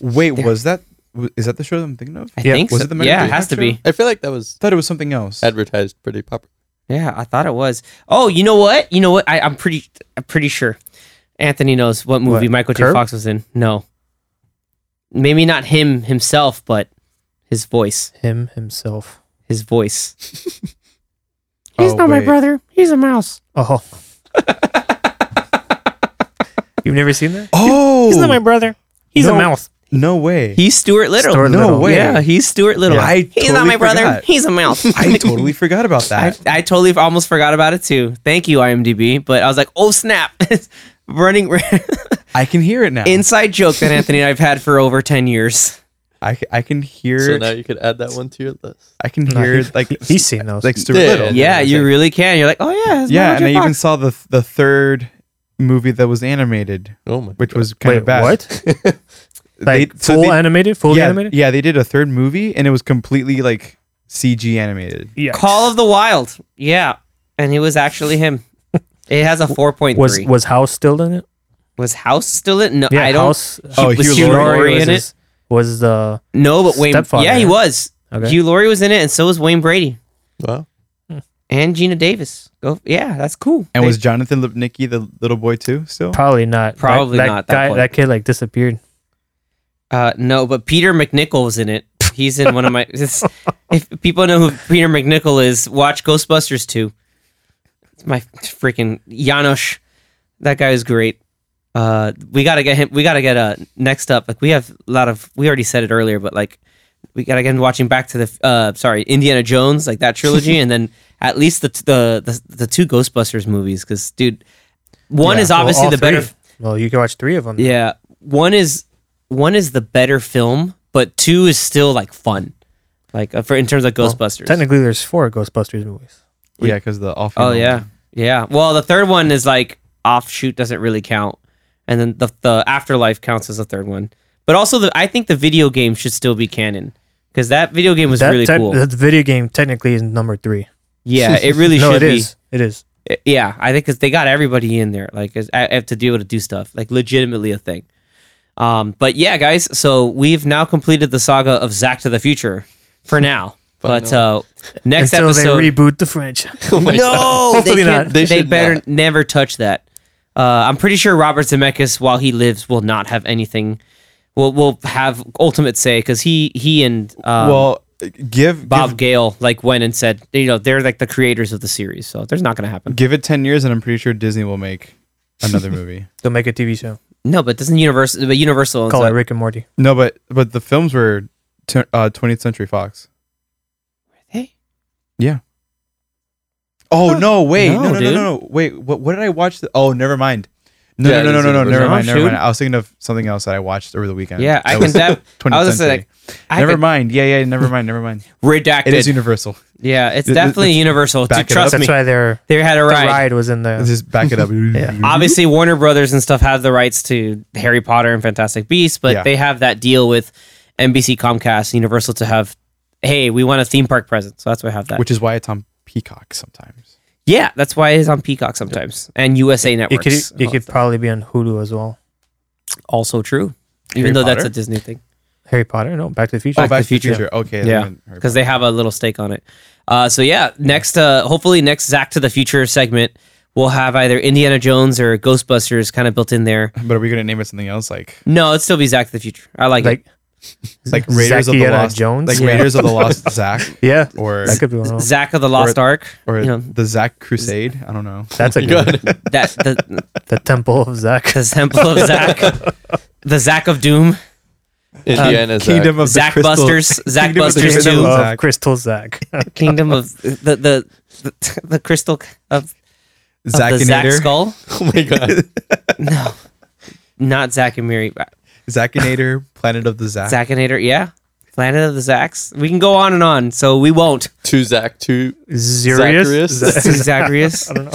wait, was that w- is that the show that I'm thinking of?
I
Yeah,
think
was
so.
it the Michael
yeah,
J.
it has to
Fox show?
be.
I feel like that was
thought it was something else.
advertised pretty popular.
Yeah, I thought it was. Oh, you know what? You know what? I, I'm pretty. I'm pretty sure. Anthony knows what movie
What,
Michael J.
Curb?
Fox was in. No, maybe not him himself, but his voice.
Him himself.
His voice.
He's not my brother.
Oh. You've never seen that?
Oh,
He's not my brother. He's
No.
a mouse.
no way.
He's Stuart Little.
Stuart
no
Little.
way.
way.
Yeah, he's Stuart Little.
Yeah. I
he's not
totally
my brother.
forgot.
He's a mouse.
I totally forgot about
I,
that.
I totally almost forgot about it too. Thank you, IMDb. But I was like, oh snap, running
I, can hear it now.
inside joke that Anthony and I've had for over ten years.
I, c- I can hear.
So now you could add that one to your list.
I can
No,
hear
he-
like
He's seen those.
like Stuart
Yeah.
Little.
Yeah,
that's
you
it.
really can. You're like, oh yeah, it's
Yeah, and
Michael
I
J.
even
Fox.
saw the the third movie that was animated,
Oh my
which
God.
was kind
Wait,
of bad.
what?
They-
Like
so
full
they-
animated? Full
yeah,
animated?
Yeah, they did a third movie, and it was completely like CG animated.
Yeah.
Call of the Wild. Yeah, and it was actually him. It has a four point
was
three. Was,
was House still in it?
House still in? No,
Yeah,
I don't.
House.
Oh,
was
Hugh
Hugh
Laurie
Laurie
was
in it?
his- was the
No, but Wayne.
stepfather,
Yeah, he
right?
was.
Okay.
Hugh Laurie was in it, and so was Wayne Brady
wow.
and Gina Davis. Go, yeah, that's cool.
And
They-
was Jonathan Lipnicki the little boy too? Still,
Probably not. That-
Probably
that,
not at that
guy,
point.
that kid like disappeared.
Uh, no, but Peter McNichol was in it. He's in one of my. It's, if people know who Peter McNichol is, watch Ghostbusters 2. It's my freaking Janos. That guy is great. Uh, we gotta get him. We gotta get uh next up. Like we have a lot of. We already said it earlier, but like we gotta get him watching back to the. Uh, sorry, Indiana Jones, like that trilogy, and then at least the the the, the two Ghostbusters movies, because dude, one
Yeah,
is
well,
obviously
all
the
three
better.
of- well, you can watch three of them.
Yeah, one is one is the better film, but two is still like fun, like uh, for in terms of Ghostbusters.
Technically, there's four Ghostbusters movies.
yeah, because the off.
oh yeah, yeah. Well, the third one is like offshoot doesn't really count, and then the the afterlife counts as the third one. But also, the I think the video game should still be canon because that video game was
That
really
tec-
cool.
That video game technically is number three.
yeah, it really
no,
should
it
be.
is. It is.
I- yeah, I think 'cause they got everybody in there, like as, I I have to be able to do stuff, like legitimately a thing. Um, but yeah, guys, so we've now completed the saga of Zack to the Future for now. but uh, next
Until
episode,
they reboot the French.
Oh my God.
no,
Hopefully
they can't-
not.
They
They,
should
better
not.
never touch that. Uh, I'm pretty sure Robert Zemeckis, while he lives, will not have anything. Will will have ultimate say because he he and um,
Well, give
Bob
Bob. Give,
Gale like went and said you know they're like the creators of the series, so there's not gonna happen.
give it ten years, and I'm pretty sure Disney will make another movie.
They'll make a TV show.
No, but doesn't Universal? But Universal owns
Call
that.
it Rick and Morty.
No, but but the films were t- uh, 20th Century Fox.
Hey,
Oh no! Wait, no,
No,
no, no, no,
dude.
no, Wait, what? What did I watch? The, oh, never mind. No,
Yeah,
no,
it
no,
is
no, no, no,
the
never
original.
mind, never
Shoot.
mind. I was thinking of something else that I watched over the weekend.
yeah, I
That
can.
was
That,
20th
I was just
century.
like, I
never
could-
mind. Yeah, yeah, never mind, never mind.
redacted.
It is Universal.
yeah, it's
Th- th-
definitely
let's
Universal.
back it
trust
up.
That's
me,
why their
they had a
the
right.
ride was in there.
Just back it up.
Yeah.
Obviously, Warner Brothers and stuff have the rights to Harry Potter and Fantastic Beasts, but
Yeah.
they have that deal with NBC, Comcast, Universal to have. Hey, we want a theme park present, so that's why I have that.
Which is why it's on Peacock sometimes.
yeah, that's why it is on Peacock sometimes and USA
It
Networks.
could
and all
it could
that
probably be on Hulu as well.
stuff. also true,
Harry
even though that's
Potter?
a Disney thing.
Harry Potter, no, Back to the Future.
Oh, Back to the
Future.
Future. Okay.
Yeah, because they have a little stake on it. Uh, so yeah, next, uh, hopefully next Zach to the Future segment, we'll have either Indiana Jones or Ghostbusters kind of built in there.
But are we gonna name it something else? Like
No, it'd still be Zach to the Future. I like,
like
It's like Raiders of the
Zacchiana
Lost
Jones?
like
Yeah.
Raiders of the Lost Zach,
Yeah,
or
that could be one. of them.
Zack of the Lost Ark.
or
you know.
the Zach Crusade. I don't know.
That's a good.
Good.
That the,
The Temple of Zach.
the temple of Zack, the Zack of Doom,
Indiana Zach.
Kingdom of the
Zack
Crystal-
Busters, Zack
Kingdom of the
Busters
Crystal
Two,
Zach.
Of Crystal Zach.
Kingdom of the the the, the crystal of, of the Zack
Zackinator,
skull.
Oh my god.
No, not Zack and Miri.
Zackinator, Planet of the Zach.
Zackinator. Yeah, Planet of the Zacks. We can go on and on, so we won't.
Two Zach, two
Zurius.
Zacharias?
Zacharias. I don't know.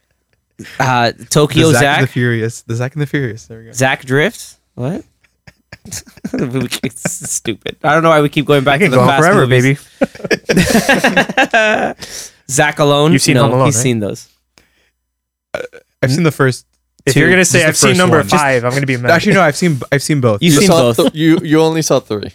Uh, Tokyo
the Zack and
Zack.
the Furious, the Zack and the Furious. There we go.
Zach Drift. What? it's stupid. I don't know why we keep going back to
Can
the
go on
past
forever,
movies.
baby.
Zach alone.
You've seen
no,
Home Alone,
He's
right?
seen those.
I've seen the first.
If
two,
you you're gonna
just
say
the
I've seen
first
number
one.
five, I'm gonna be mad.
Actually, no. I've seen. I've seen both.
You
You
seen
saw
both?
th- you you only saw three.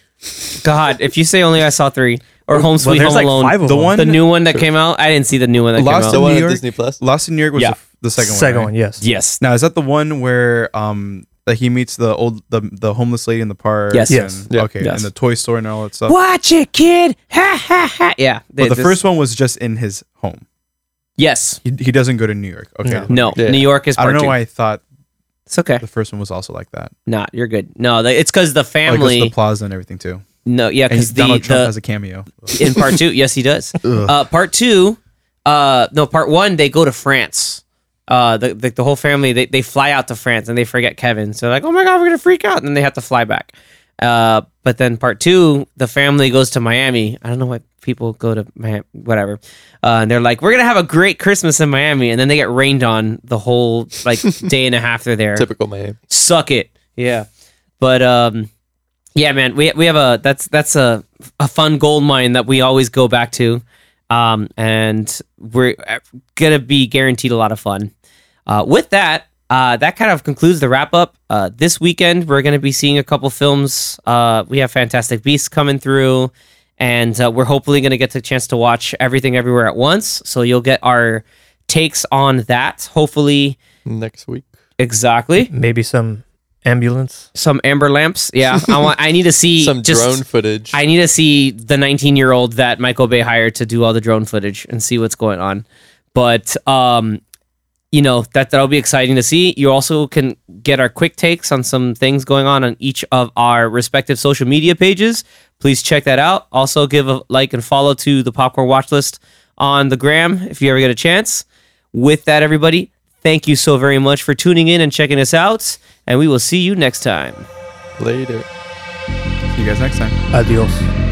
God, if you say only I saw three or Home Sweet
there's
Home
like
Alone,
five of
the
them.
one, the new one that came out. I didn't see the new one that
Lost
came out.
The
in-
one
New
on
York?
Disney Plus.
Lost in New York was
Yeah.
the, f- the second one.
second
right?
one, yes.
Yes,
Now is that the one where um like he meets the old the the homeless lady in the park?
Yes.
and-
Yes.
Yeah.
Okay.
Yes.
And the toy store and all that stuff.
watch it, kid. Ha ha ha. Yeah, they
But the
just-
first one was just in his home.
Yes,
He, he doesn't go to New York. Okay.
No.
no,
Yeah.
New York is.
I
Part
don't know
two.
why I thought
It's okay.
the first one was also like that.
Not you're good. No, the, it's because the
Oh, I guess
family.
the plaza and everything too.
no, yeah,
And
because the,
Donald Trump
the
has a cameo.
in part two. Yes, he does. Uh, part two, uh, no, part one, they go to France. Uh, the, the, the whole family, they, they fly out to France and they forget Kevin. So, like, oh my God, we're going to freak out. And then they have to fly back. Uh, but then part two, the family goes to Miami. I don't know why people go to Miami, whatever. Uh, and they're like, we're going to have a great Christmas in Miami. And then they get rained on the whole, like, day and a half they're there
Typical Miami.
suck it yeah but um yeah man we, we have a that's that's a a fun gold mine that we always go back to um and we're uh, gonna be guaranteed a lot of fun uh with that uh that kind of concludes the wrap up uh this weekend we're gonna be seeing a couple films uh we have fantastic beasts coming through and uh, we're hopefully going to get the chance to watch everything everywhere at once so you'll get our takes on that hopefully
Next week.
exactly
Maybe some ambulance.
some amber lamps. Yeah, I want. I need to see
Some
just,
drone footage.
I need to see the 19 year old that Michael Bay hired to do all the drone footage and see what's going on. But um, you know that that'll be exciting to see. You also can get our quick takes on some things going on on each of our respective social media pages. Please check that out. Also, give a like and follow to the Popcorn Watch List on the gram if you ever get a chance. With that, everybody, thank you so very much for tuning in and checking us out, and we will see you next time.
Later.
See you guys next time.
Adios.